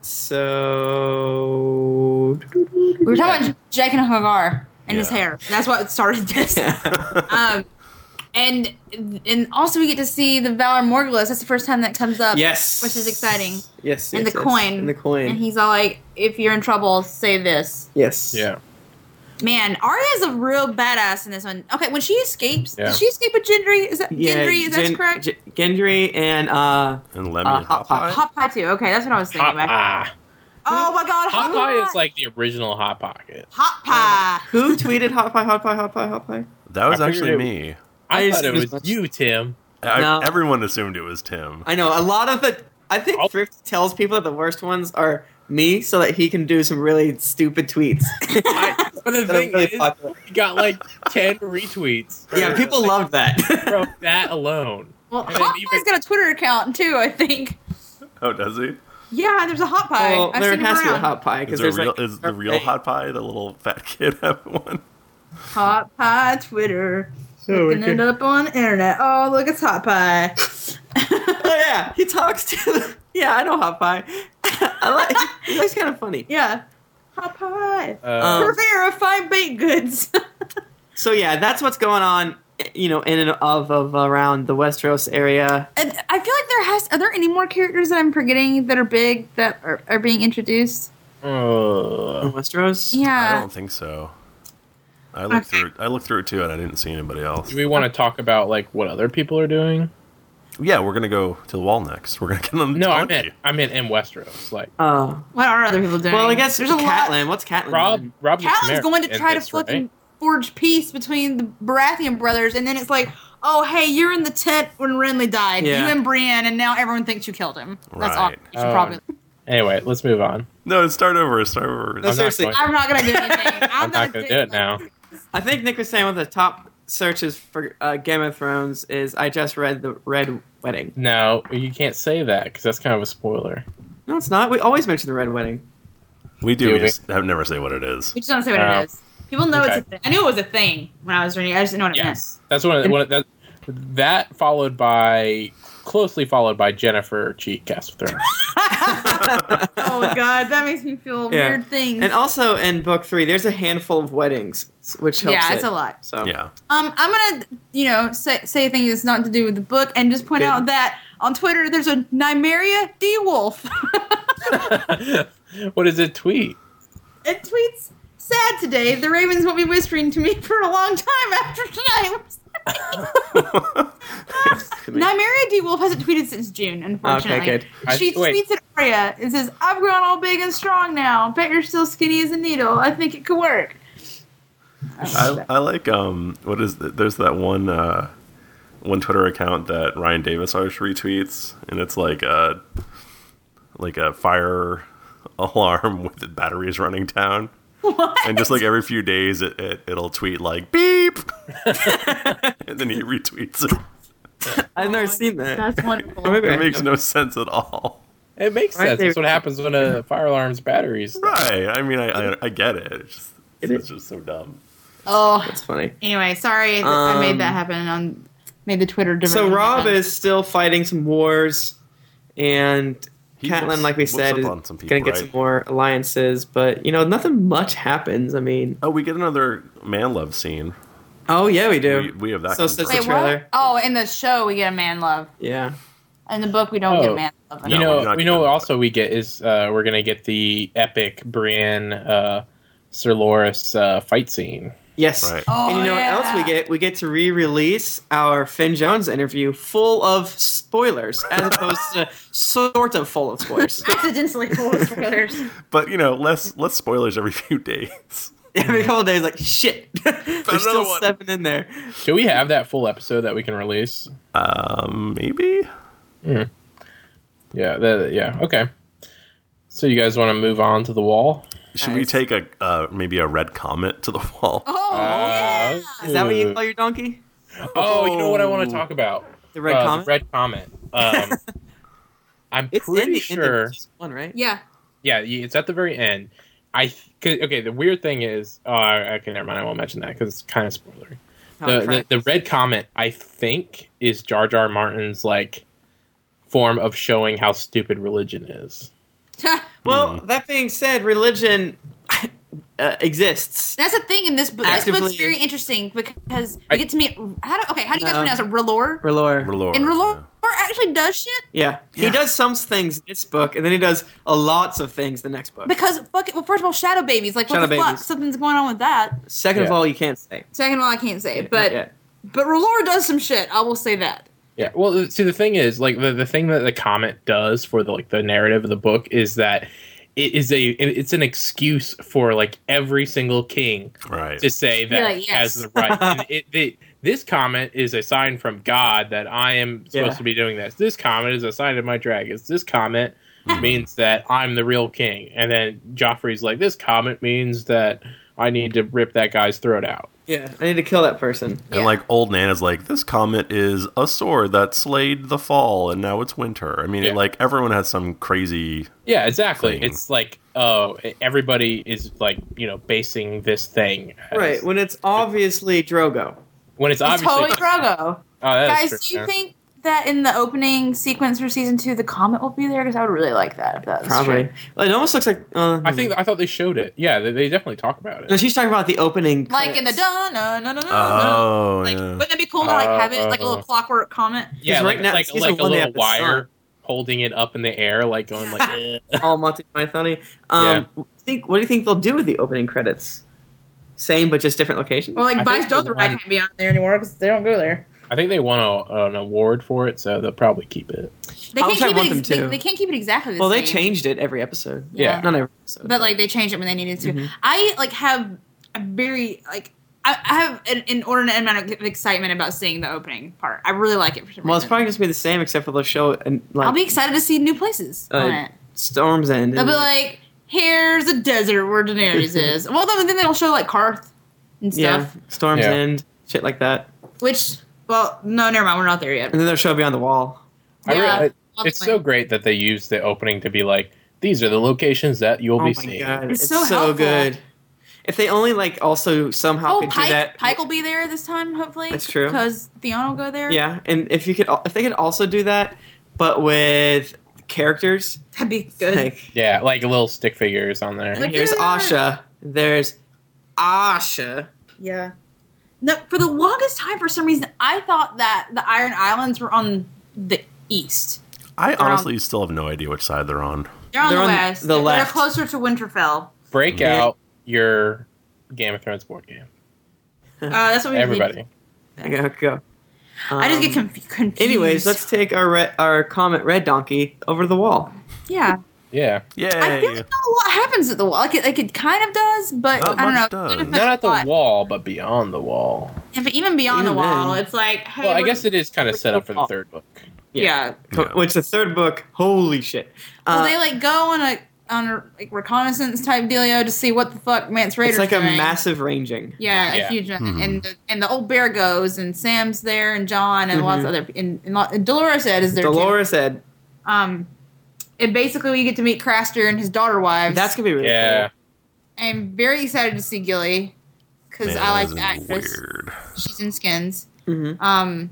So We were talking about Jack and Hagar and his Yeah. hair. That's what started this. um, and and also we get to see the Valor Morgulis. That's the first time that comes up. yes, Which is exciting. Yes, And yes, the yes. coin. and the coin. And he's all like, "If you're in trouble, say this." yes, yeah. Man, Arya's a real badass in this one. Okay, when she escapes, Yeah. did she escape with Gendry? Is that yeah. Gendry? Is Gen- that correct? Gen- Gendry and uh, And Lemmy Uh, and Hot Pie. Popeye. Hot Pie too. Okay, that's what I was thinking Hot about. Pie. Oh my God, Hot Pie ah. is like the original Hot Pocket. Hot Pie. who tweeted hot pie, hot pie, hot pie, hot pie? That was I actually me. figured it- I, I thought it assume was as much. you, Tim. I, No. Everyone assumed it was Tim. I know a lot of the. I think Oh. Thrift tells people that the worst ones are me, so that he can do some really stupid tweets. I, but the That are thing really is, popular. he got like ten retweets. yeah, people love that. from that alone. Well, And then Hot even- Pie's got a Twitter account too, I think. Oh, does he? Yeah, there's a Hot Pie. well, I've there seen him has to be a around. hot pie Is, because there there's real, like is the real Hey. Hot Pie the little fat kid have one? Hot Pie Twitter. Oh, Looking okay. it up on the internet. Oh, look, it's Hot Pie. Oh yeah, he talks to. The, yeah, I know hot pie. I like. He looks kind of funny. yeah. Hot Pie. Uh, Um, Purveyor of fine baked goods. So yeah, that's what's going on. You know, in and of, of around the Westeros area. and I feel like there has. Are there any more characters that I'm forgetting that are big that are, are being introduced? In Oh. uh, Westeros. I Yeah. don't think so. I looked Okay. through. I looked through it too, and I didn't see anybody else. do we want to talk about like what other people are doing? Yeah, we're gonna go to the wall next. We're gonna get on the No, I donkey. meant I meant in Westeros. Like Oh. What are other people doing? Well, I guess there's there's a lot. Catelyn. What's Catelyn? Rob, doing? Rob Talon's Mm-hmm. going to try to fucking forge peace between the Baratheon brothers, and then it's like, oh hey, you're in the tent when Renly died. Yeah. You and Brienne, and now everyone thinks you killed him. Right. That's Oh, awkward. You should probably. Anyway, let's move on. No, start over. Start over. No, I'm not seriously, going- I'm not gonna do anything. I'm, I'm not going to do it now. I think Nick was saying one of the top searches for uh, Game of Thrones is I just read the Red Wedding. No, you can't say that because that's kind of a spoiler. No, it's not. We always mention the Red Wedding. We do. Do We we? just have never say what it is. We just don't say what Oh. it is. People know it's a Okay. thing. I knew it was a thing when I was reading. it. I just didn't know what it Yes, that's one of the, one of that. That followed by closely followed by Jennifer Cheek Cast of Thrones. meant. Oh god, that makes me feel Yeah. weird things. And also in book three, there's a handful of weddings, which helps. yeah, it's it. a lot. So Yeah. Um, I'm gonna, you know, say, say a thing that's not to do with the book, and just point Yeah. out that on Twitter there's a Nymeria D Wolf. what is it? Tweet. it tweets, "Sad today. The Ravens won't be whispering to me for a long time after tonight." Nymeria D Wolf hasn't tweeted since June, unfortunately. Okay, good. I- She wait. tweets at Arya and says, "I've grown all big and strong now. Bet you're still skinny as a needle. I think it could work." I, I like um what is the, there's that one uh one Twitter account that Ryan Davis always retweets and it's like a like a fire alarm with the batteries running down. And just like every few days it, it it'll tweet like beep and then he retweets it. I've never seen that. That's wonderful. Or maybe I It makes have. no sense at all. It makes Right sense. That's there. what happens when a fire alarm's batteries. Right. I mean I I, I get it. It's just It it's is. just so dumb. oh, That's funny. anyway, sorry that I Um, made that happen on made the Twitter. So diversion Rob happen. is still fighting some wars, and He Catelyn, whoops- like we whoops said, up is on some people, gonna get right? some more alliances. But you know, nothing much happens. I mean, Oh, we get another man love scene. oh yeah, we do. We, we have that. So says the confirmed. Wait, what? trailer. Oh, in the show we get a man love. yeah, In the book we don't Oh. get man love. No, you we're know, not we know. doing what that. Also, we get is uh, we're gonna get the epic Brienne, uh, Sir Loris uh, fight scene. yes. Right. Oh, and you know what else we yeah. get? We get to re-release our Finn Jones interview, full of spoilers, as opposed to sort of full of spoilers. Accidentally full of spoilers. But you know, less less spoilers every few days. Every couple of days, like shit. There's still another one. seven in there. Do we have that full episode that we can release? Um, maybe. Yeah, that, yeah, okay. So you guys want to move on to the wall? Should we Nice. take a uh, maybe a red comet to the wall? Oh Uh, yeah. Is that what you call your donkey? Oh, you know what I want to talk about? The red Uh, comet. Red Comet. Um, I'm it's in pretty the end sure. of season one, right? Yeah. Yeah, y- it's at the very end. I th- 'cause- okay. The weird thing is, uh, okay, never mind. I won't mention that because it's kind of spoilery. Oh, the, the, crap. the red comet i think is jar jar martin's like form of showing how stupid religion is Hmm. well, that being said, religion uh, exists. That's the thing in this book. This book's Actively- very interesting because I- we get to meet. How do okay? How do you guys No. pronounce it? Relor. Relore. Relore. And Relor actually does shit Yeah. He Yeah. does some things in this book, and then he does a lots of things the next book. because fuck it. Well, first of all, shadow babies. Like Shadow what the fuck? babies. Something's going on with that. Second of Yeah. all, you can't say. Second of all, I can't say, Not but yet. but Relor does some shit. I will say that. yeah well th- see the thing is like the, the thing that the comet does for the like the narrative of the book is that it is a it- it's an excuse for like every single king Yeah. Right. to say that Yeah, yes. has the right And it, it, this comet is a sign from god that i am supposed Yeah. to be doing this this comet is a sign of my dragons this comet means that I'm the real king. And then Joffrey's like, this comment means that I need to rip that guy's throat out. Yeah. I need to kill that person. and Yeah. like old Nana's like, this comet is a sword that slayed the fall, and now it's winter. I mean, Yeah. like everyone has some crazy. Yeah, exactly. Thing. It's like, oh, everybody is like, you know, basing this thing. as- Right. When it's obviously Drogo. When it's It's obviously. totally Drogo. Oh, that is Guys, true, do you yeah. think that in the opening sequence for season two, the comet will be there? Because I would really like that. If that was Probably. true. Well, It almost looks like. Uh, I think I thought they showed it. Yeah, they, they definitely talk about No, it. she's talking about the opening. Like in the credits. dun, no, no, no, no, Oh, Like, yeah. wouldn't it be cool to like have it like a Uh, little clockwork comet? Yeah, right like, now- like, season like a one, they little have the sun. wire holding it up in the air, like going like. eh. all Monty Python. Um, think. What do you think they'll do with the opening credits? Same, but just different locations. Well, I like Vice think there's Dothrak one- can't be on there anymore because they don't go there. I think they won a, an award for it, so they'll probably keep it. They I can't wish I keep want it. them ex- they, to. they can't keep it exactly the Well, same. they changed it every episode. Yeah. Not every episode. but like they changed it when they needed to. Mhm. I like have a very like I, I have an inordinate amount of excitement about seeing the opening part. I really like it for some well, it's reason. probably just be the same except for they'll show and like I'll be excited to see new places Uh, on it. Storm's End. They'll and, be like, here's a desert where Daenerys is. Well, then, then they'll show like Karth and yeah, stuff. Storm's Yeah. End, shit like that. Which, well, no, never mind. We're not there yet. And then they'll show Beyond the Wall. I Yeah, really- I'll it's explain. so great that they use the opening to be like, these are the locations that you'll Oh my be seeing. god, It's it's, so so, helpful. good. If they only like also somehow Oh, could do Pike, that. Pike will be there this time, hopefully. That's true. Because Theon will go there. yeah, and if you could, al- if they could also do that, but with characters, That'd be good. like Yeah, like little stick figures on there. Like- here's yeah. Asha, there's Asha. Yeah. No, for the longest time, for some reason, I thought that the Iron Islands were on the east. I They're on- honestly still have no idea which side they're on. They're on They're the on west. the left. They're closer to Winterfell. Break Yeah. out your Game of Thrones board game. Uh, that's what we Everybody. Okay, go. I just get Um, conf- confused. Anyways, let's take our re- our comet red donkey over the wall. Yeah. Yeah. Yay! I feel like not a lot happens at the wall. Like it, like it kind of does, but Not I don't know. much does. Not if Not it's Not at the hot. wall, but beyond the wall. Yeah, but even beyond Even the wall, then. it's like, hey, well, I we're- guess it is kind of set up for the wall. third book. yeah. Co- Yeah. Which the third book, holy shit. Well, Uh, they like go on a on a like reconnaissance type dealio to see what the fuck Mance Raider's it's like a Mm-hmm. doing. massive ranging. Yeah, Yeah. a huge one. Mhm. And the, and the old bear goes, and Sam's there, and John, and lots of Mhm. other and, and, lo- and Dolores Ed is there. too. Dolores said Um, and basically we get to meet Craster and his daughter wives. that's gonna be really Yeah. I'm very excited to see Gilly because Man, I like this the is actress. Weird. She's in Skins. cool. Mhm. Um,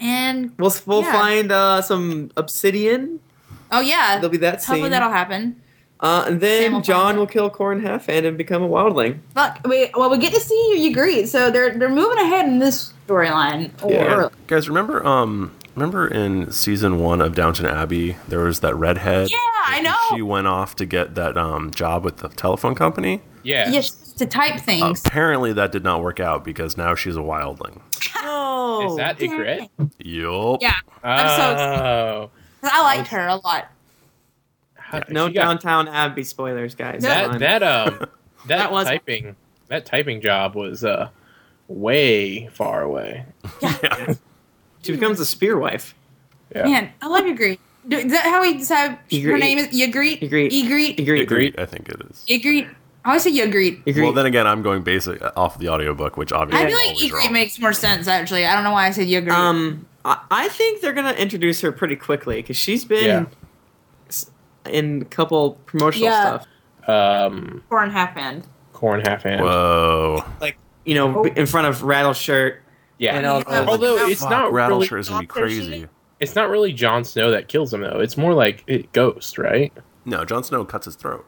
and We'll we'll Yeah. find uh, some obsidian. oh yeah, There'll be that hopefully scene. that'll happen. Uh, and Sam will then find John it. will kill Corn Halfhand and become a wildling. Fuck, we well we get to see Ygritte, so they're they're moving ahead in this storyline. Or Yeah. Guys, remember um remember in season one of Downton Abbey there was that redhead? Yeah, I know. She went off to get that um job with the telephone company. Yeah. yeah, she has to type things. Apparently that did not work out because now she's a wildling. Oh. No. Is that Ygritte? Yup. Yeah, I'm so excited. Oh. 'Cause I liked her a lot. How- no she got- downtown Abbey spoilers, guys. Come that on. that um that, That was- typing that typing job was uh way far away. Yeah. she becomes a spear wife. Yeah. Man, I love Ygritte. Do, is that how we decide her Ygritte. name is Ygritte? Ygritte. Ygritte. Agreed. Agreed, I think it is. Ygritte. I always say Ygritte. Agreed. Well, then again, I'm going basic uh, off the audiobook, which obviously I feel is like always Ygritte wrong. makes more sense actually. I don't know why I said Ygritte. Um, I, I think they're gonna introduce her pretty quickly because she's Yeah. been s in a couple promotional Yeah. stuff, Um Four and a half end. corn half hand. Whoa. like you know, Oh. in front of Rattle Shirt. yeah. And I was like, Although it's Fuck, not Rattle really, Shirt is gonna be crazy. it's not really Jon Snow that kills him though. It's more like it Ghost, right? No, Jon Snow cuts his throat.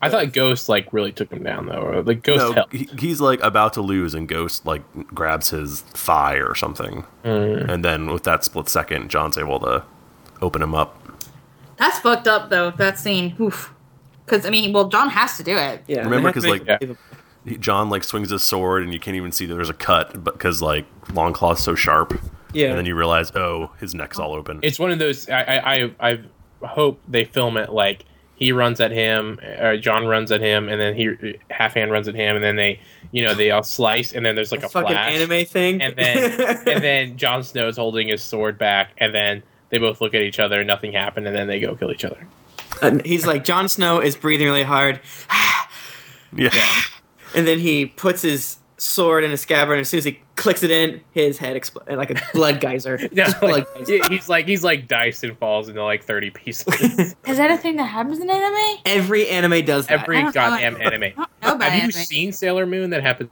I thought Ghost like really took him down though. Or, like Ghost no, helped. he, he's like about to lose, and Ghost like grabs his thigh or something, Mm. and then with that split second, John's able to open him up. That's fucked up though. That scene. Oof. Because I mean, well, John has to do it. Yeah, they Remember, have to 'cause, make- like- He, John like swings his sword, and you can't even see that there's a cut, but because like Longclaw's so sharp, yeah, and then you realize, oh, his neck's all open. It's one of those I I I, I hope they film it like he runs at him, or John runs at him, and then he half hand runs at him, and then they, you know, they all slice, and then there's like a, fucking flash, anime thing, and then and then Jon Snow's holding his sword back, and then they both look at each other, nothing happened, and then they go kill each other. And he's like, Jon Snow is breathing really hard, yeah. and then he puts his sword in a scabbard, and as soon as he clicks it in, his head explodes like a blood geyser. Yeah, Just blood like, geyser. yeah, he's like he's like diced and falls into like thirty pieces. Is that a thing that happens in anime? Every anime does that. Every I don't know. goddamn anime. I don't know about Have you anime. seen Sailor Moon? That happens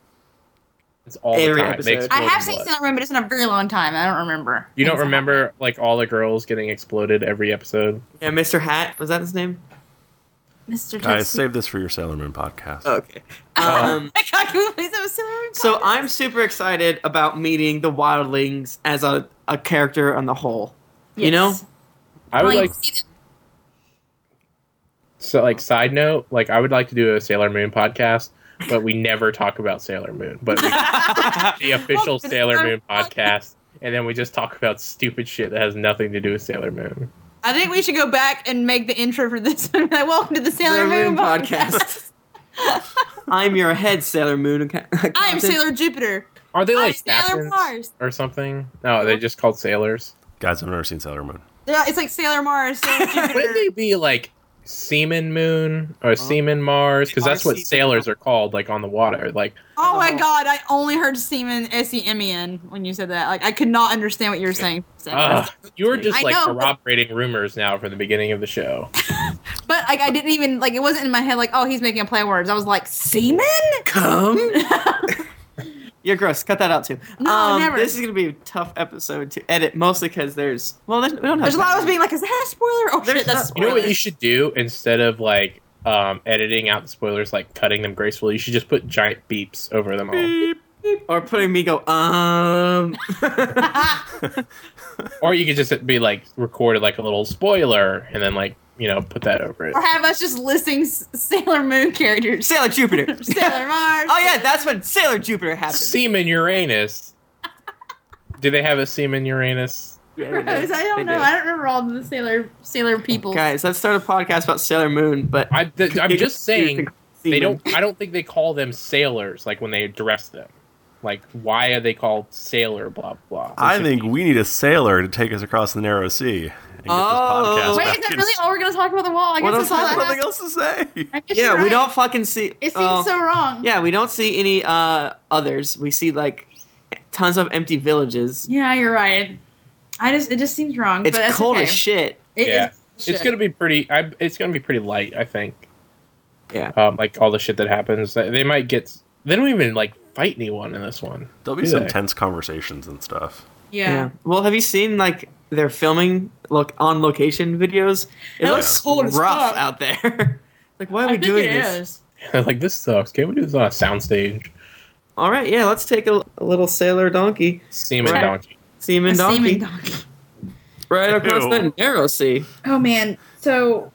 it's all Every the time. They episode. explode I have in seen blood. Sailor Moon, but it's in a very long time. I don't remember. You don't Things remember like all the girls getting exploded every episode? yeah, Mr. Hat was that his name? happen. Mr. Guys, Tetsuo. save this for your Sailor Moon podcast. Okay. Oh Um, my god, can we please have a Sailor Moon? So podcast? I'm super excited about meeting the Wildlings as a, a character on the whole. you know? Yes. I would Well, you like see the- so like side note, like I would like to do a Sailor Moon podcast, but we never talk about Sailor Moon. But we the official Well, it's Sailor our Moon podcast, and then we just talk about stupid shit that has nothing to do with Sailor Moon. I think we should go back and make the intro for this one. Welcome to the Sailor, Sailor Moon, Moon podcast. I'm your head, Sailor Moon. I am Captain. Sailor Jupiter. Are they I'm like Sailor captains Mars. or something? No, they're just called sailors. Guys, I've never seen Sailor Moon. Yeah, it's like Sailor Mars. Sailor Wouldn't Jupiter. they be like Seaman Moon or Seaman Mars? Because They are that's what Seaman sailors are called, like on the water. Like oh my god, I only heard semen S E M E N when you said that. Like I could not understand what you were saying. Ugh, you're I just like know, but- corroborating rumors now from the beginning of the show. But like I didn't even like it wasn't in my head like, oh he's making a play on words. I was like, semen? Come? You're gross. Cut that out too. Um, No, never. This is gonna be a tough episode to edit, mostly because there's well, there's, we don't have. There's a lot of us time. being like, is that a spoiler? Oh There's shit, that's a not- You know spoiler. what you should do instead of like um, editing out the spoilers, like cutting them gracefully. You should just put giant beeps over them all, or putting me go um. or you could just be like recorded like a little spoiler and then like you know put that over it. or have us just listing S- Sailor Moon characters. Sailor Jupiter. Sailor Mars. Oh yeah, that's when Sailor Jupiter happened. Seaman Uranus. Do they have a Seaman Uranus? Yeah, they Gross. do. I They don't know. do. I don't remember all the Sailor Sailor people. Guys, let's start a podcast about Sailor Moon, but I, th- I'm You're just saying Sailor they don't. I don't think they call them sailors like when they address them. Like why are they called sailor? Blah blah. I think we need a sailor to take us across the narrow sea. And get Oh. this podcast Wait, back is that in- really all we're gonna talk about the wall? I guess What that's else, all I nothing have. else to say. I guess Yeah, you're we right. don't fucking see. It seems oh. so wrong. Yeah, we don't see any uh others. We see like tons of empty villages. Yeah, you're right. I just it just seems wrong. It's but that's cold okay. as shit. It Yeah. is shit. It's gonna be pretty. I, it's gonna be pretty light. I think. Yeah. Um, like all the shit that happens, They- they might get. They don't even like fight anyone in this one. There'll be Do some they? tense conversations and stuff. Yeah. Well, have you seen like their filming look on location videos? It That looks looks cold as rough fuck. out there. like, why are I we think doing it this? is. They're like this sucks. Can't we do this on a soundstage? All right, yeah, let's take a, a little sailor donkey, Seaman Right. donkey. seaman A donkey, semen donkey. right across Ew. that narrow sea. Oh man. So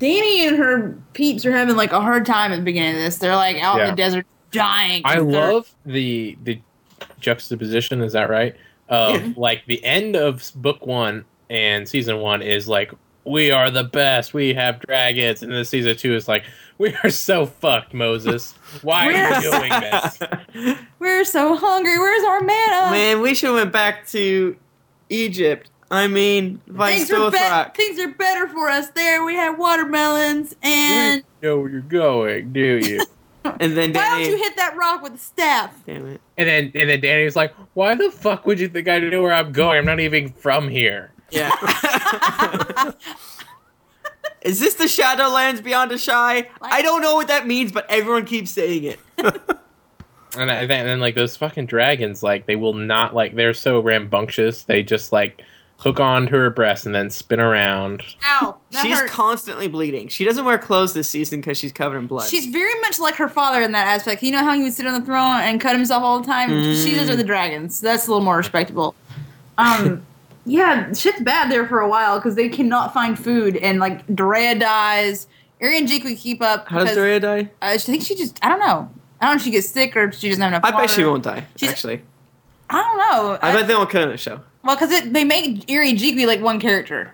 Danny and her peeps are having like a hard time at the beginning of this. They're like out in Yeah. the desert dying. I They're- love the the juxtaposition. Is that right? Of like the end of book one and season one is like we are the best. We have dragons, and then season two is like we are so fucked, Moses. Why are you We're- doing this? We're so hungry. Where's our manna? Man, we should have went back to Egypt. I mean, Vice things, are be- Dothrak. things are better for us there. We have watermelons and You know where you're going, do you? and then why Danny. don't you hit that rock with a staff? Damn it. and then and then Danny's like, "Why the fuck would you think I know where I'm going? I'm not even from here." Yeah. Is this the Shadowlands beyond a shy? I don't know what that means, but everyone keeps saying it. And, I, and then like those fucking dragons, like they will not like they're so rambunctious. They just like hook onto her breast and then spin around. Ow. That she's hurt. constantly bleeding. She doesn't wear clothes this season because she's covered in blood. She's very much like her father in that aspect. You know how he would sit on the throne and cut himself all the time? Mm. She does it with the dragons. That's a little more respectable. Um, yeah, shit's bad there for a while because they cannot find food and like Dorea dies. Eri and Jake would keep up. How does because, Doria die? Uh, I think she just, I don't know. I don't know if she gets sick or if she doesn't have enough I bet water. she won't die. She's- actually, I don't know. I, bet they won't cut in the show. well, because they make Eri and Jake be like one character.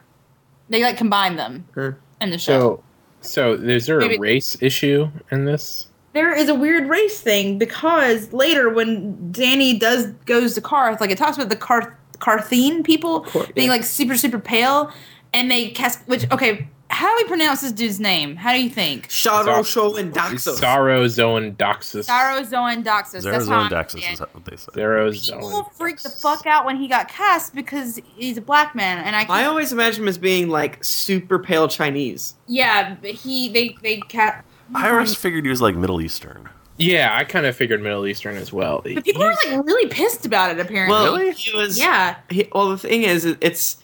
They like combine them Huh. in the show. So so is there Maybe- a race issue in this? there is a weird race thing because later when Danny does goes to Karth, like it talks about the Karth Karthine people Kor- being yeah. like super super pale, and they cast which okay. How do we pronounce this dude's name? How do you think? Shadow Zar- Show and Daxos. Sorrow Zoan Doxus. Sarozoan Doxus. That's how Zarazoan I'm Daxus saying is what they said. Zero it. Zoan People freaked the Doxus. fuck out when he got cast because he's a black man, and I, I can't, always imagine him as being like super pale Chinese. yeah, but he they they cast. I always figured he was like Middle Eastern. Yeah, I kind of figured Middle Eastern as well. But people are like really pissed about it apparently. Well, he was. yeah, he, well the thing is it- it's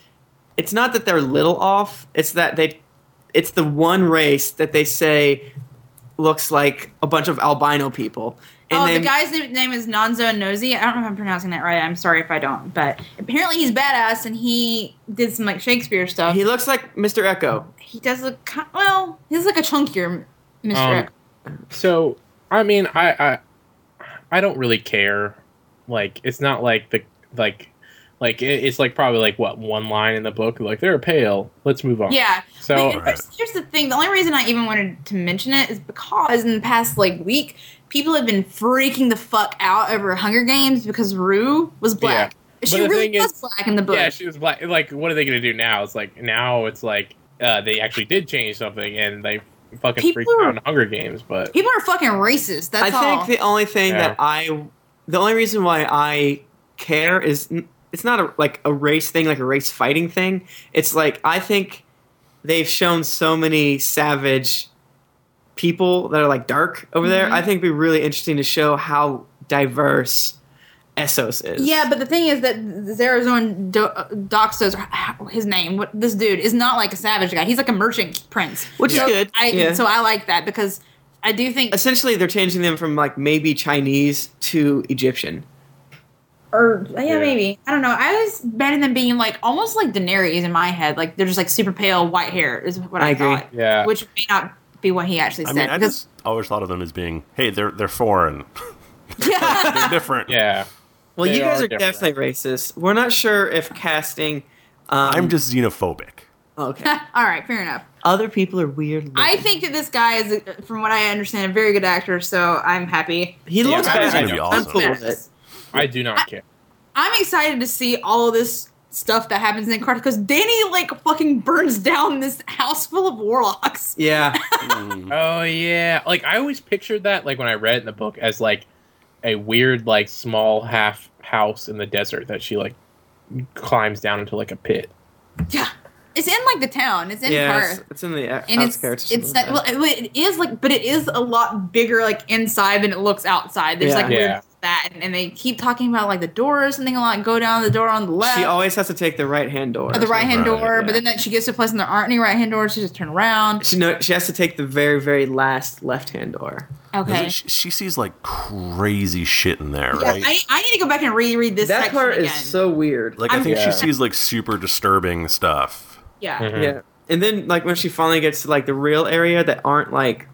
it's not that they're little off it's that they it's the one race that they say looks like a bunch of albino people and oh, then the guy's name, name is Nanzo Nosy. I don't know if I'm pronouncing that right. I'm sorry if I don't. But apparently he's badass and he did some like Shakespeare stuff. he He, looks like mr echo does look ki- well. He's like a chunkier Mr. Um, X. So, I mean, I, I I don't really care. Like, it's not like the like like it- it's like probably like what one line in the book like they're pale. Let's move on. Yeah. So But here's, here's the thing. The only reason I even wanted to mention it is because in the past like week, people have been freaking the fuck out over Hunger Games because Rue was black. yeah. She the really thing was is- black in the book. Yeah, she was black. Like, what are they gonna do now? It's like now it's like uh, they actually did change something, and they fucking People freaked are- out on Hunger Games. But People are fucking racist. That's I all. think the only thing Yeah. that I, the only reason why I care is n- it's not a, like a race thing, like a race fighting thing. It's like I think they've shown so many savage people that are like dark over Mm-hmm. there. I think it'd be really interesting to show how diverse Essos is. yeah, but the thing is that Zerazon Do- uh, Doxos, his name, what, this dude is not like a savage guy. He's like a merchant prince, Which is So good, I, yeah. So I like that because I do think, essentially they're changing them from like maybe Chinese to Egyptian. or yeah, Yeah. maybe I don't know. I was betting them being like almost like Daenerys in my head. Like they're just like super pale, white hair is what I, I agree. thought. Yeah. which may not be what he actually I said. mean, I because- just always thought of them as being, hey, they're they're foreign, they're different. yeah, Well, They you guys are are, different. definitely racist. We're not sure if casting. Um, I'm just xenophobic. okay. all right, fair enough. Other people are weird. Looking. I think that this guy is, uh, from what I understand, a very good actor, so I'm happy. he Yeah, looks that is bad. gonna be I'm awesome. cool with it. I do not care. I'm excited to see all of this stuff that happens in Cardiff because Danny like fucking burns down this house full of warlocks. Yeah, Oh yeah, like I always pictured that, like when I read it in the book, as like a weird, like small half house in the desert that she like climbs down into like a pit. Yeah, it's in like the town. It's in yeah. Perth. It's, it's in the uh, and it's outskirts. or it's something that, well, like it it is like but it is a lot bigger like inside than it looks outside there's Yeah. like weird Yeah. that and, and they keep talking about like the door or something a lot go down the door on the that. left She always has to take the right hand door. or Oh, the right hand Right, door yeah. but then that she gets to a place and there aren't any right hand doors she just turn around She no, she has to take the very very last left hand door. okay She, she sees like crazy shit in there, yeah, right? I, I need to go back and reread this that section part again. is so weird. like i I'm- think Yeah. she sees like super disturbing stuff. yeah Mhm. yeah, and then like when she finally gets to like the real area that aren't like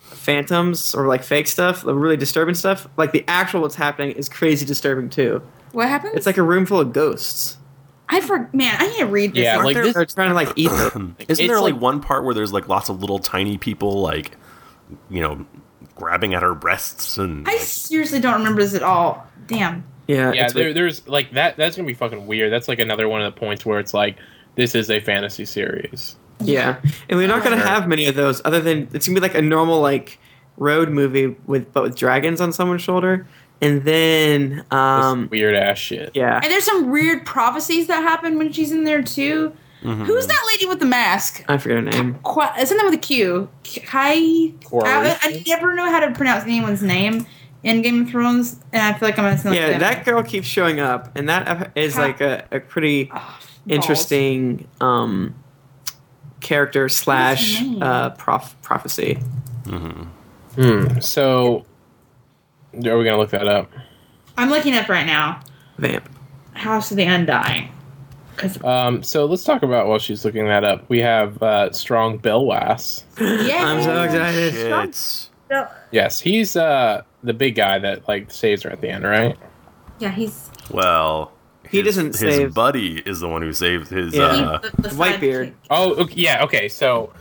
phantoms or like fake stuff, the really disturbing stuff. Like the actual what's happening is crazy disturbing too. what happened It's like a room full of ghosts. i for man i need to read this Yeah, one. like there- this. They're trying to like eat them. Isn't It's there like, like- one part where there's like lots of little tiny people like, you know, grabbing at her breasts and i like, seriously don't remember this at all damn Yeah, yeah it's there, weird. there's like that that's gonna be fucking weird that's like another one of the points where it's like this is a fantasy series yeah. And we're not gonna Sure. have many of those. Other than it's gonna be like a normal like road movie with but with dragons on someone's shoulder, and then This um weird ass shit yeah, and there's some weird prophecies that happen when she's in there too Mm-hmm. mhm. who's that lady with the mask I forget her name. Qua isn't that with a Q? Kai. I, Quarry. I never know how to pronounce anyone's name in Game of Thrones, and I feel like I'm messing Yeah, up. that girl keeps showing up, and that ep- is like a, a pretty interesting um character slash name? uh prof- prophecy. Mhm. Hmm, so are we gonna look that up I'm looking up right now. Vamp. House of the Undying. Cause um, so let's talk about while she's looking that up we have uh, strong belwas yeah, I'm so excited. Shit. yes he's uh, the big guy that like saves her at the end right yeah, he's Well, He his- doesn't His save- buddy is the one who saved his. Yeah. Uh, he's the, the Whitebeard. sidekick. oh okay, yeah okay so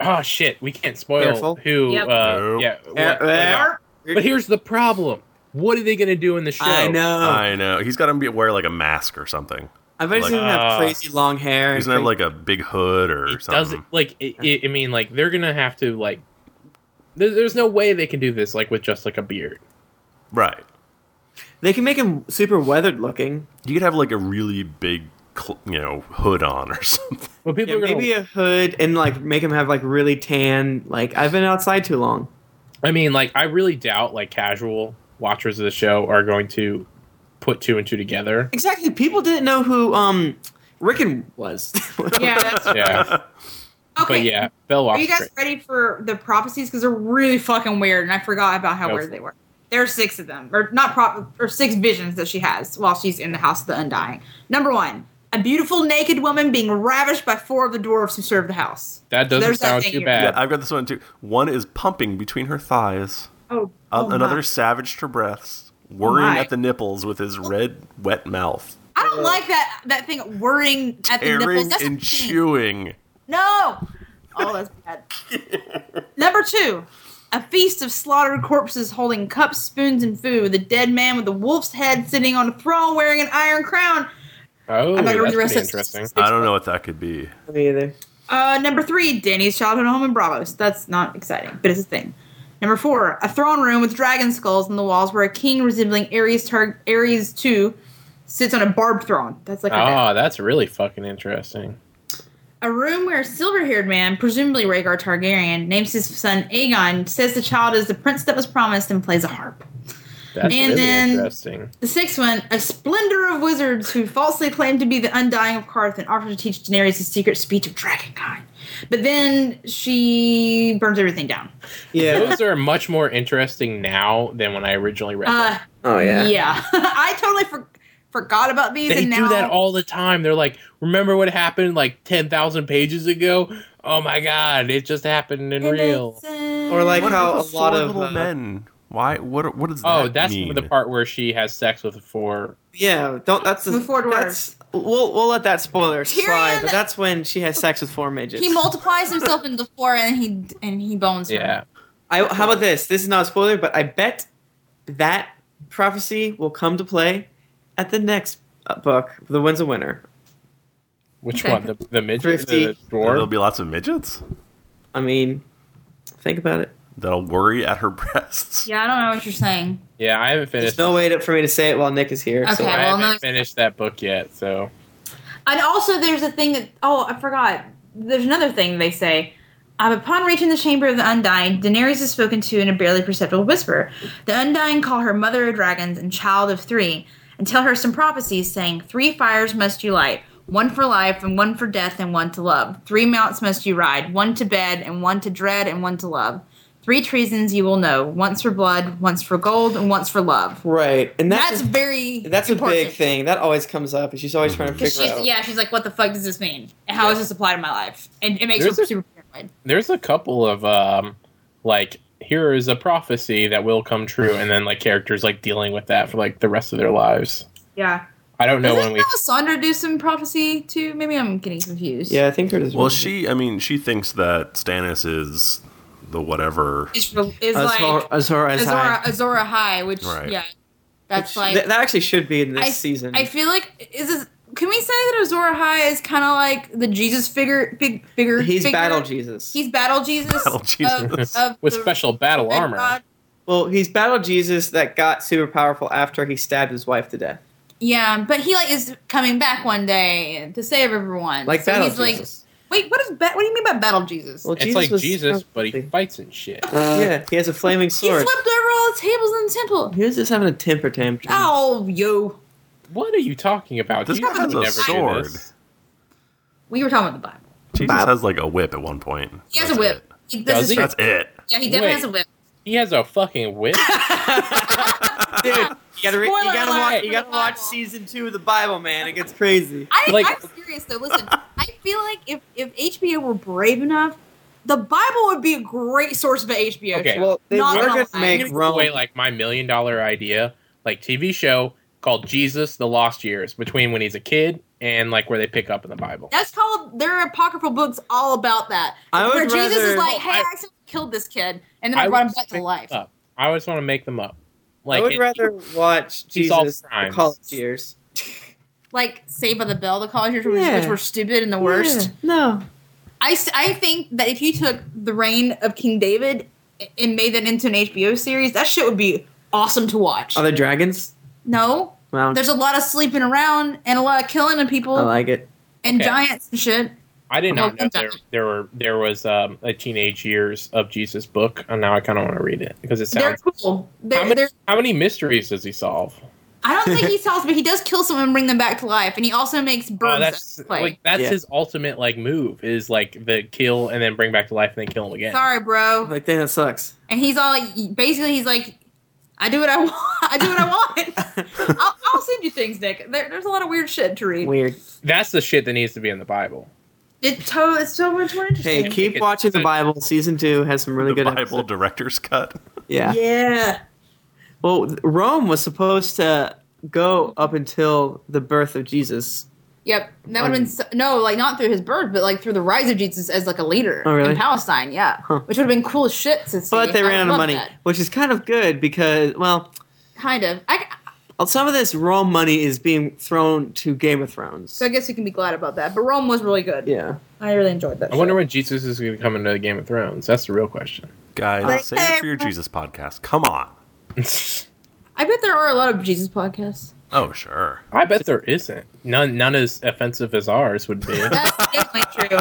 oh shit we can't spoil Careful. who Yep. uh, Nope. yeah what- Eh, eh. but here's the problem what are they gonna do in the show I know. I know he's got to be wear like a mask or something. I bet he's Like- gonna have Ah. crazy long hair. He's and gonna have crazy- like a big hood or it something. doesn't like it, it, I mean, like they're gonna have to like. There, there's no way they can do this like with just like a beard. Right. They can make him super weathered looking. You could have like a really big, cl- you know, hood on or something. Well, people Yeah, are gonna. maybe a hood and like make him have like really tan. Like I've been outside too long. I mean, like I really doubt like casual watchers of the show are going to put two and two together. Exactly. People didn't know who um Rickon was. Yeah, that's okay. Yeah, but yeah, Bell Are you Watch. guys ready for the prophecies? Because they're really fucking weird, and I forgot about how Go weird for they were. There are six of them, or not prop, or six visions that she has while she's in the house of the undying. Number one, a beautiful naked woman being ravished by four of the dwarves who serve the house. That doesn't There's that sound thing too you- yeah, bad. I've got this one too. One is pumping between her thighs. Oh, Uh, oh my. another savaged her breaths, worrying my. at the nipples with his red, wet mouth, I don't like that that thing whirring at the nipples. tearing That's and a thing. chewing. No. Oh, that's bad. Number two, A feast of slaughtered corpses holding cups, spoons, and food, with a dead man with a wolf's head sitting on a throne wearing an iron crown. Oh, I'm not that's gonna read pretty the rest of interesting. it. I don't know what that could be. Me either. Uh, number three, Danny's childhood home in Bravos. That's not exciting, but it's a thing. Number four, a throne room with dragon skulls on the walls where a king resembling Ares, Tar- Ares II sits on a barbed throne. That's like her dad. Oh, that's really fucking interesting. A room where a silver haired man, presumably Rhaegar Targaryen, names his son Aegon, says the child is the prince that was promised, and plays a harp. That's And really then- interesting. The sixth one, a splendor of wizards who falsely claim to be the undying of Karth and offer to teach Daenerys the secret speech of dragonkind. But then she burns everything down. Yeah. Those are much more interesting now than when I originally read them. Uh, oh yeah. yeah. I totally for- forgot about these. They and do now that all the time. They're like, remember what happened like 10,000 pages ago? Oh my god, it just happened in And real. it's, uh, Or like What how are a the lot four of little uh, men. Why? What? What does Oh, that that's mean? the part where she has sex with four. yeah. Don't that's the Move forward, that's we'll we'll let that spoiler slide, Tyrion- but that's when she has sex with four midgets. he multiplies himself into four and he and he bones. her. Yeah. I, how about this? This is not a spoiler, but I bet that prophecy will come to play at the next uh, book, The Wind's a Winner. Which Okay. one? The, the midget? Thrifty. The There'll dwarf? be lots of midgets I mean, think about it. that'll worry at her breasts. Yeah, I don't know what you're saying. Yeah, I haven't There's finished. no way to, for me to say it while Nick is here. Okay, So. I well, haven't no- finished that book yet, so And also, there's a thing that oh, I forgot. There's another thing they say. Um, upon reaching the chamber of the Undying, Daenerys is spoken to in a barely perceptible whisper. The Undying call her Mother of Dragons and Child of Three, and tell her some prophecies, saying, Three fires must you light, one for life, and one for death, and one to love. Three mounts must you ride, one to bed, and one to dread, and one to love. Three treasons you will know, once for blood, once for gold, and once for love. Right, and That's that's very that's a important. big thing that always comes up, and she's always trying to Because figure she's out. yeah, she's like, what the fuck does this mean? How does Yeah. this apply to my life? And it makes There's her a- super paranoid. there's a couple of um like here is a prophecy that will come true and then like characters like dealing with that for like the rest of their lives. Yeah. I don't know Doesn't when we Melisandre do some prophecy too? Maybe I'm getting confused. Yeah, I think her does. Well, she. I mean, she thinks that Stannis is the whatever. Is, re- is as like far as far as Uh, Azora high. Azora High, which Right. yeah, that's Which- like that, that actually should be in this I, season. I feel like is this. Can we say that Azora High is kind of like the Jesus figure, big figure? He's figure? battle Jesus. He's battle Jesus. Battle Jesus. of, of with the special battle Red armor. God. well, he's battle Jesus that got super powerful after he stabbed his wife to death, Yeah, but he like is coming back one day to save everyone. like so battle he's like Jesus. Wait, what is ba- what do you mean by battle Jesus? Well, It's Jesus like was- Jesus, but he Uh, fights and shit. yeah, he has a flaming he sword. swept over all the tables in the temple. He was just having a temper tantrum. Oh, yo. What are you talking about? This Jesus guy has would a never do sword. this. We were talking about the Bible. Jesus Bob. has like a whip at one point. He has That's a whip. it. He, Does this is he? true. That's it. Yeah, he definitely Wait. has a whip. He has a fucking whip. Dude, you gotta, re- you Spoiler gotta, alert watch, for you the gotta watch Bible. season two of the Bible, man. It gets crazy. I, Like- I'm serious though. Listen, I feel like if if HBO were brave enough, the Bible would be a great source of an HBO Okay. show. Well, they Not were gonna gonna lie. make I'm gonna give Rome. away like my million dollar idea, like TV show called Jesus: The Lost Years, between when he's a kid and like where they pick up in the Bible. That's called there are apocryphal books all about that. I would where Jesus is rather- like, "Hey, I, I- accidentally killed this kid, and then I, I brought him would back to make life." Up. I always want to make them I up. Like would it- rather watch he solved Jesus the crimes. college years. Like Saved by the Bell, the college years, Yeah. which were stupid and the worst. No. I, s- I think that if you took the reign of King David and made that into an HBO series, that shit would be awesome to watch. Are there dragons? no, Well, there's a lot of sleeping around and a lot of killing of people Oh, I like it. and Okay. giants and shit. I did not Well, know there, there were there was um, a teenage years of Jesus book, and now I kind of want to read it because it They're sounds. cool. They're, how, many, they're, how many mysteries does he solve? I don't think he sells, but he does kill someone and bring them back to life, and he also makes birds Oh, that's play. like that's Yeah. his ultimate like move is like the kill and then bring back to life and then kill him again. Sorry, bro. Like, damn, that sucks. And he's all like, basically, he's like, I do what I want. I do what I want. I'll, I'll send you things, Nick. There, there's a lot of weird shit to read. Weird. That's the shit that needs to be in the Bible. It's, to- it's so much more interesting. Hey, keep It's- watching the Bible. Season two has some really the good Bible episodes. director's cut. Yeah. yeah. Well, Rome was supposed to go up until the birth of Jesus, Yep, And that would have Um, been so, no, like not through his birth, but like through the rise of Jesus as like a leader Oh, really? in Palestine. Yeah, Huh. which would have been cool as shit to see. But they I ran out of love money, that. which is kind of good because, well, Kind of. I, some of this raw money is being thrown to Game of Thrones. so I guess you can be glad about that. But Rome was really good. yeah. I really enjoyed that. I wonder when Jesus is going to come into the Game of Thrones. That's the real question. Guys, Like- save it for your Jesus podcast. Come on. I bet there are a lot of Jesus podcasts. Oh, sure. I bet there isn't. None none as offensive as ours would be. That's definitely true.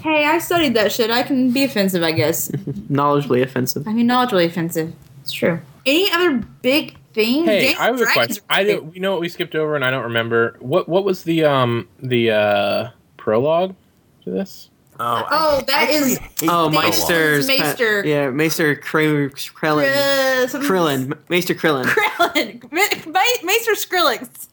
Hey, I studied that shit. I can be offensive, I guess. Knowledgeably offensive. I mean, not really offensive. It's true. Any other big thing? hey, Dance I have a Dragons question. are I big. don't, you know what we skipped over and I don't remember. What what was the um the uh prologue to this? Oh, Oh, that is Oh, They- Meister's. It's Maester. yeah, Meister Kre- Krellin. uh, something- Krillin. Meister Krillin. Krillin. Ma- Ma- Maester Skrillex.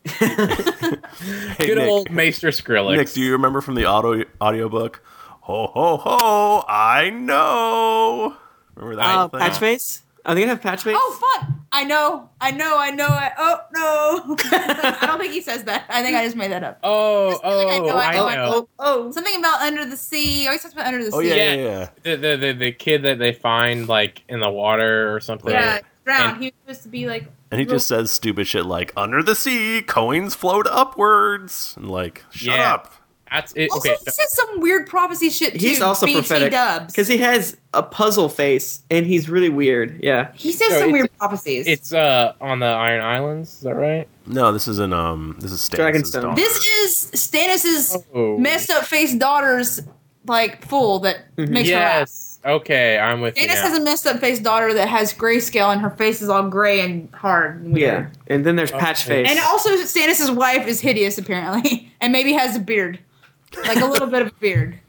Hey, Good Nick, old Maester Skrillex. Nick, do you remember from the audio audiobook? Ho ho ho! I know. Remember that Uh, whole thing? Patchface? Are they going to have Patchface? Oh fuck! I know, I know, I know. I, oh no! I don't think he says that. I think I just made that up. Oh, I oh, know, I I know, know. I Something about under the sea. He Always talks about under the Oh sea. yeah, yeah, Yeah. yeah. The, the, the, the kid that they find like in the water or something. Yeah, drowned. And- he was supposed to be like. And he just says stupid shit like "under the sea, coins float upwards," and like, "Shut Yeah. up." That's it. Also, Okay. he says some weird prophecy shit too. He's also BT prophetic. Dubs. Because he has a puzzle face and he's really weird. Yeah. He says No, some it's- weird prophecies. It's uh on the Iron Islands, is that right? No, this isn't. Um, this is Stannis' Dragonstone. daughter. this is Stannis's uh, Oh. messed up face daughter's like fool that Mm-hmm. Mhm. makes her laugh. Yes. Okay, I'm with you. Stannis now. has a messed up face daughter that has grayscale and her face is all gray and hard. And weird. Yeah. And then there's Okay. Patchface. And also, Stannis' wife is hideous, apparently, and maybe has a beard, like a little bit of a beard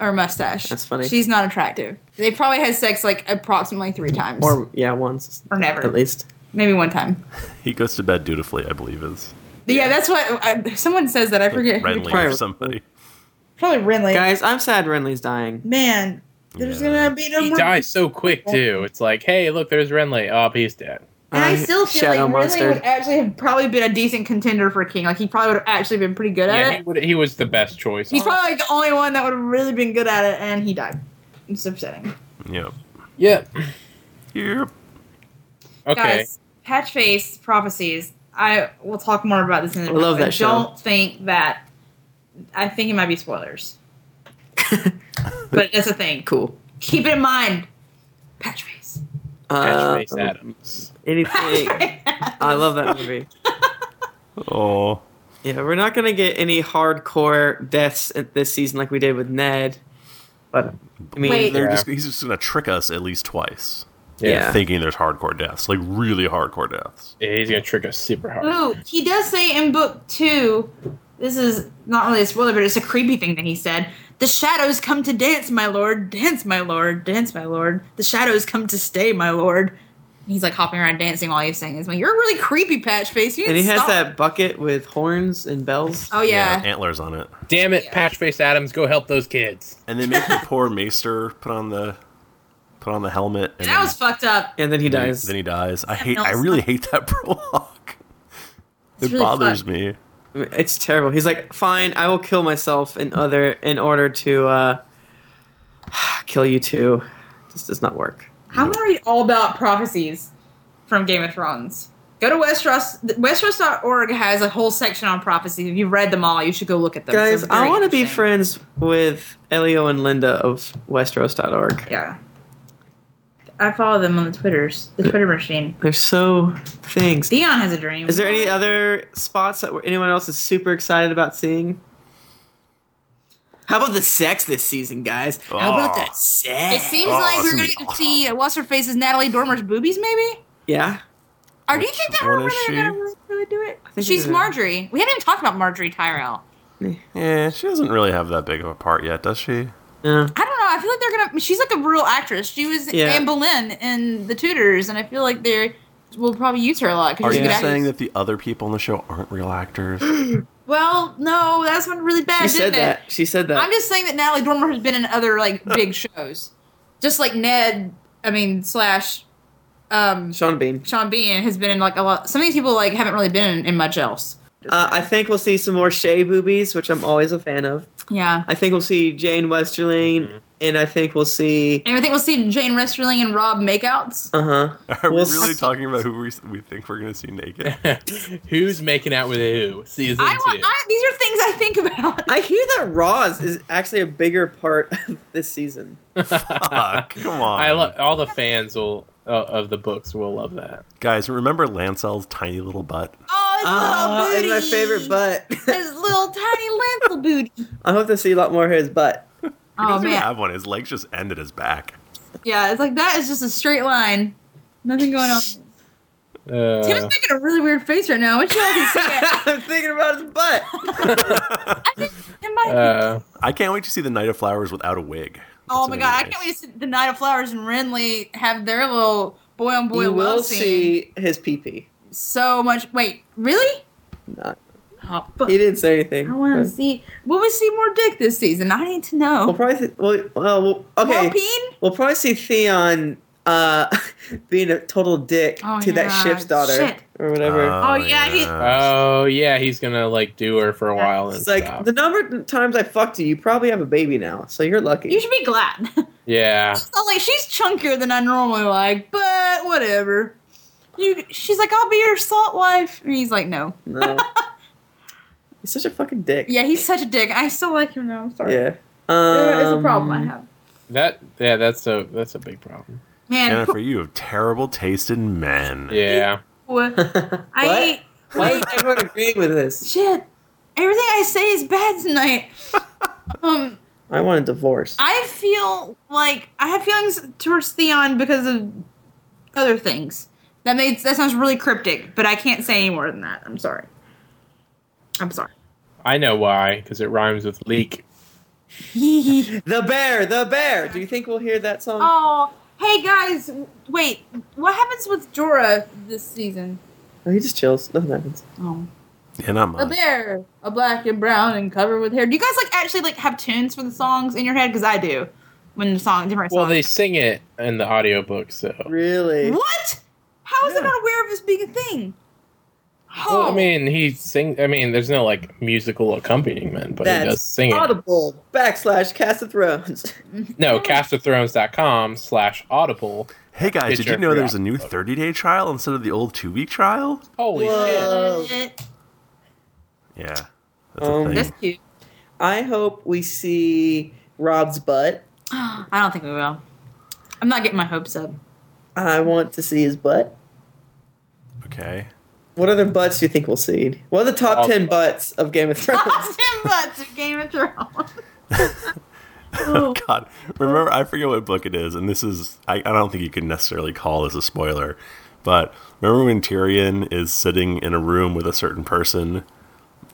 or mustache. That's funny. She's not attractive. They probably had sex like approximately three times, or, Or, yeah, once. At never, least. maybe one time. He goes to bed dutifully, I believe, is But yeah, that's what I, someone says that I forget. who- Renly or Probably- somebody. Probably Renly. Guys, I'm sad Renly's dying. Man, there's Yeah. gonna be no he more. dies so quick too. It's like, hey, look, there's Renly. Oh, he's dead. And I still feel Uh, Shadow like Renly Monster. would actually have probably been a decent contender for king. Like he probably would have actually been pretty good at Yeah, it. he, would, he was the best choice. uh, He's probably like the only one that would have really been good at it, and he died. It's upsetting. Yep. yeah. Yep. Okay. Guys, Patchface prophecies. I will talk more about this in the I love that show. Don't think that. I think it might be spoilers, but that's a thing. Cool. Keep it in mind. Patchface. Uh, um, Patchface Adams. anything. I love that movie. Oh. Yeah, we're not gonna get any hardcore deaths at this season like we did with Ned. But I mean, Wait. They're Yeah. just, he's just gonna trick us at least twice. Yeah. Thinking there's hardcore deaths, like really hardcore deaths. Yeah, He's gonna trick us super hard. Ooh, he does say in book two. This is not really a spoiler, but it's a creepy thing that he said. The shadows come to dance, my lord. Dance, my lord. Dance, my lord. The shadows come to stay, my lord. He's like hopping around dancing while he's saying this. I'm Like, You're really creepy, Patchface. You and need he to has stop." that bucket with horns and bells. Oh yeah. Antlers on it. Damn it, Yeah. Patchface Adams, go help those kids. And they make the poor Maester put on the put on the helmet. And That was fucked up. And then he then, dies. Then he dies. I hate. no, I it's really hate that prologue. It really bothers me. it's terrible. He's like, "Fine, I will kill myself in other in order to uh, kill you too." This does not work. I'm gonna read all about prophecies from Game of Thrones. Go to Westeros. Westeros.org has a whole section on prophecies. If you've read them all, you should go look at them. Guys, They're very I want to be interesting. friends with Elio and Linda of Westeros.org. Yeah. I follow them on the Twitters, the Twitter machine. They're so things. Dion has a dream. Is there any other spots that anyone else is super excited about seeing? How about the sex this season, guys? How about Oh. that It sex? seems Oh, like this we're gonna is get to awesome. see uh, what's her face's Natalie Dormer's boobies, maybe. Yeah, Or do you Which think that one we're is really she? gonna really, really do it? think She's it is. Marjorie. We haven't even talked about Marjorie Tyrell. Yeah, she doesn't really have that big of a part yet, does she? yeah. I don't know. I feel like they're gonna. She's like a real actress. She was Yeah. Anne Boleyn in The Tudors, and I feel like they will probably use her a lot. 'cause Are she's a you good actress. saying that the other people in the show aren't real actors? Well, no, that's one really bad. She said didn't it? that. She said that. I'm just saying that Natalie Dormer has been in other like big shows, just like Ned. I mean, slash, um, Sean Bean. Sean Bean has been in like a lot. Some of these people like haven't really been in, in much else. Uh, I think we'll see some more Shea boobies, which I'm always a fan of. yeah. I think we'll see Jane Westerling, and I think we'll see. And I think we'll see Jane Westerling and Rob makeouts. Uh huh. Are we Well, really s- talking about who we, we think we're going to see naked? Who's making out with who? Season I two. want. I, these are things I think about. I hear that Roz is actually a bigger part of this season. Fuck, come on. I love all the fans will uh, of the books will love that. Guys, remember Lancel's tiny little butt? Oh, his Ah, little and booty. my favorite butt. His little tiny lentil booty. I hope to see a lot more of his butt. He Oh doesn't even man, have one. His legs just end at his back. yeah. It's like that is just a straight line. Nothing going on. Uh, Tim's making a really weird face right now. Which y'all can see it. I'm thinking about his butt. I think it might. uh, I can't wait to see the Knight of Flowers without a wig. oh That's gonna my be god, I nice. can't wait to see the Night of Flowers and Renly have their little boy on boy you will love scene. see his pee pee. So much. Wait, really? Not- Oh, fuck. He didn't say anything. I want to but- see. Will we see more dick this season? I need to We'll know. probably see, well, well, we'll- okay. More peen? We'll probably see Theon uh, being a total dick Oh, to that yeah. ship's daughter Shit. or whatever. Uh, Oh, yeah, he- oh yeah, he's gonna like do her for a while and it's like stuff. the number of times I fucked you, you probably have a baby now, so you're lucky. You should be glad. yeah, So, like she's chunkier than I normally like, but whatever. You, she's like, I'll be your salt wife. And he's like, no. no. He's such a fucking dick. Yeah, he's such a dick. I still like him though. I'm sorry. Yeah. There is a Um, problem I have. that yeah that's a that's a big problem. Man, Jennifer, you have terrible taste in men. Yeah, poor- What? I Why is everyone agreeing with this? shit. Everything I say is bad tonight. um, I want a divorce. I feel like I have feelings towards Theon because of other things. That made that sounds really cryptic, but I can't say any more than that. I'm sorry. I'm sorry. I know why because it rhymes with leak. the bear, the bear. Do you think we'll hear that song? oh, hey guys, wait. What happens with Jorah this season? Oh, he just chills. Nothing happens. Oh, Yeah, not a much. bear, a black and brown and covered with hair. Do you guys like actually like have tunes for the songs in your head? Because I do. When the song different Well, they songs. sing it in the audiobook, so Really? what? How is it Yeah. not aware of this being a thing? Oh. Well, Oh. I mean he sing. I mean there's no like musical accompaniment, but he does That's sing it. audible backslash Cast of Thrones. No, castofthrones.com slash audible. Hey guys, Get did your you know there's a crap. new 30 day trial instead of the old two week trial? Holy shit. Whoa. Yeah. That's Um, a That's thing. cute. I hope we see Rob's butt. I don't think we will. I'm not getting my hopes up. I want to see his butt. Okay. What other butts do you think we'll see? What are the top All ten the butts of Game of Thrones? Tim Butts of Game of Thrones. Oh God! Remember, I forget what book it is, and this is—I I don't think you can necessarily call this a spoiler, but remember when Tyrion is sitting in a room with a certain person,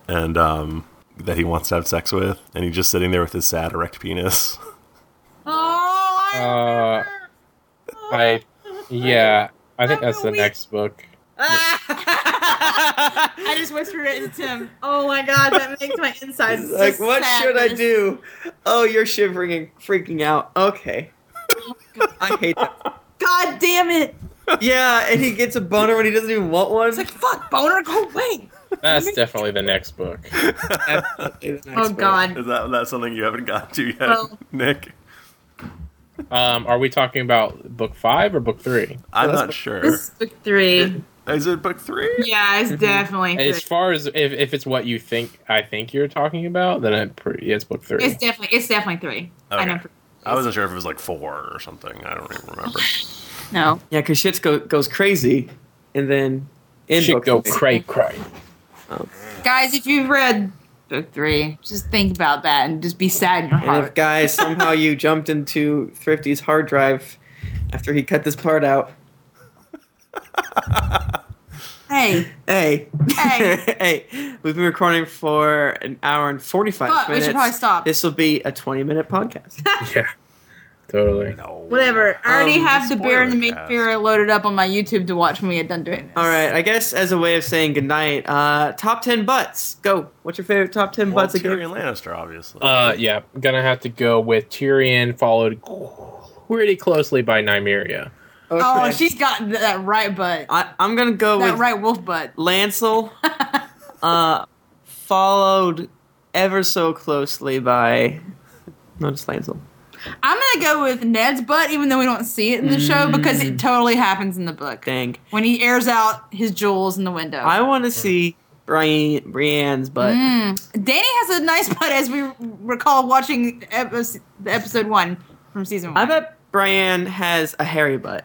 and um, that he wants to have sex with, and he's just sitting there with his sad erect penis. Oh, I Uh, remember. Uh, I, yeah, I think Remember that's the we- next book. I just whispered it to Tim. Oh my god, that makes my insides like, just what should I sadness. do? Oh, you're shivering and freaking out. Okay. I hate that. God damn it! Yeah, and he gets a boner when he doesn't even want one. It's like fuck, boner, go away. That's definitely the next book. Oh god. Is that that's something you haven't got to yet, Well- Nick? Um, are we talking about book five or book three? I'm that's not what- sure. This is book three. Is it book three? Yeah, Mm-hmm. it's definitely. As Three. far as if, if it's what you think I think you're talking about, then it, pre- it's book three. It's definitely. It's definitely three. I Okay. know. I wasn't sure if it was like four or something. I don't even remember. No. Yeah, because shit go- goes crazy, and then in Should book go three. cray cray. Guys, if you've read book three, just think about that and just be sad in your And if heart. guys, somehow you jumped into Thrifty's hard drive after he cut this part out. Hey, Hey, Hey. hey, we've been recording for an hour and forty-five Fuck, we minutes. should probably stop. This will be a twenty-minute podcast. Yeah, totally. No. whatever. I already Um, have the beer and the spoiler cast. Mayfair loaded up on my YouTube to watch when we had done doing this. All right, I guess as a way of saying goodnight, uh, top ten butts. Go. What's your favorite top ten Well, butts? again? Tyrion Lannister, obviously. Uh, yeah, gonna have to go with Tyrion, followed pretty closely by Nymeria. Oh, Okay. she's got th- that right butt. I, I'm gonna go That with right wolf butt. Lancel. uh, followed ever so closely by Lotus Lancel. I'm gonna go with Ned's butt, even though we don't see it in the show, because Mm. it totally happens in the book Dang. when he airs out his jewels in the window. I want to see Brian, Brienne's butt. Mm. Danny has a nice butt, as we recall watching episode, episode one from season one. I bet Brienne has a hairy butt.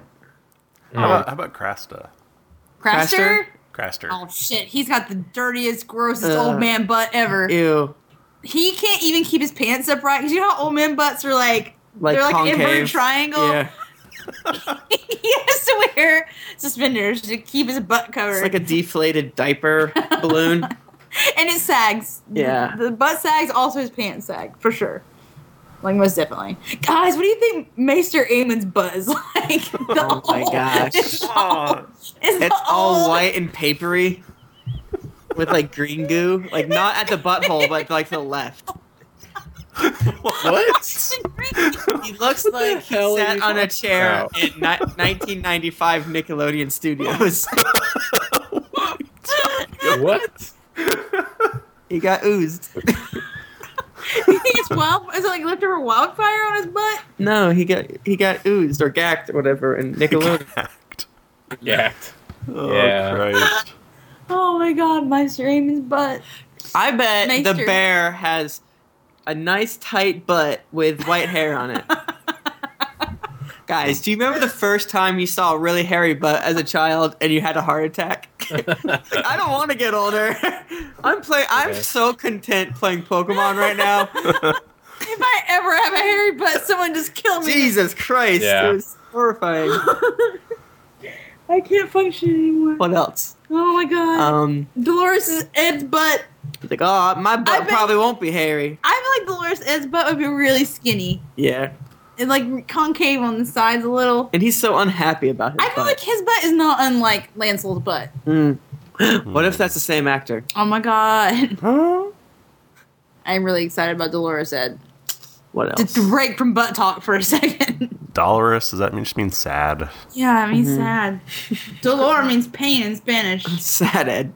How about, how about Crasta? Craster. Craster. Oh shit, he's got the dirtiest, grossest Uh, old man butt ever. Ew. He can't even keep his pants upright. 'cause you know how old man butts are like Like they're like concave. inverted triangle. Yeah. he has to wear suspenders to keep his butt It's covered, like a deflated diaper balloon. and it sags. Yeah. the, the butt sags, also his pants sag for sure. Like most definitely, guys. What do you think Maester Aemon's butt is like? Oh my gosh. It's, Oh, It's all old. white and papery with like green goo. Like not at the butthole, but like the left. Um, what? He looks like he hell are sat you on a talking chair about? in ni- 1995 Nickelodeon Studios. what? he got oozed. Do you think it's wild? Is it like leftover wildfire on his butt? No, he got he got oozed or gacked or whatever in Nickelodeon. Act. Yeah. Oh, Yeah. Christ. Oh my god, Maester Aemon's butt. I bet the Maester. bear has a nice tight butt with white hair on it. Guys, do you remember the first time you saw a really hairy butt as a child and you had a heart attack? Like, I don't want to get older. I'm play. I'm Okay. so content playing Pokemon right now. If I ever have a hairy butt, someone just kill me. Jesus Christ, Yeah. it was horrifying. I can't function anymore. what else? Oh my god. Um, Dolores is Ed's butt. it's like, oh, my butt bet- probably won't be hairy. I feel like Dolores Ed's butt would be really skinny Yeah, and like concave on the sides a little. and he's so unhappy about his I feel butt. like his butt is not unlike Lancel's butt. Mm. what if that's the same actor? Oh my god. Huh? I'm really excited about Dolores Ed. What Just else? break from butt talk for a second. Dolorous, does that mean just mean sad? yeah, I mean Mhm. sad. Dolor means pain in Spanish. Sad Ed.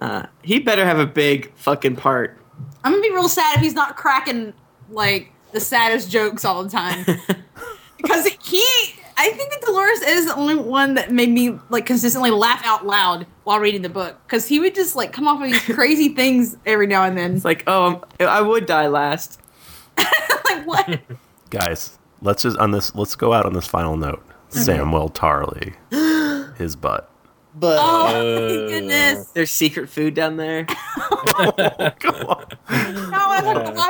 Uh, he better have a big fucking part. I'm gonna be real sad if he's not cracking like the saddest jokes all the time. because he I think that Dolores is the only one that made me like consistently laugh out loud while reading the book because he would just like come off with these crazy things every now and then. It's like, oh, I'm, I would die last. like what? Guys, let's just on this. Let's go out on this final note. Samuel Tarley, his butt. But Oh Uh. my goodness! there's secret food down there. Go Oh, on. No, I want to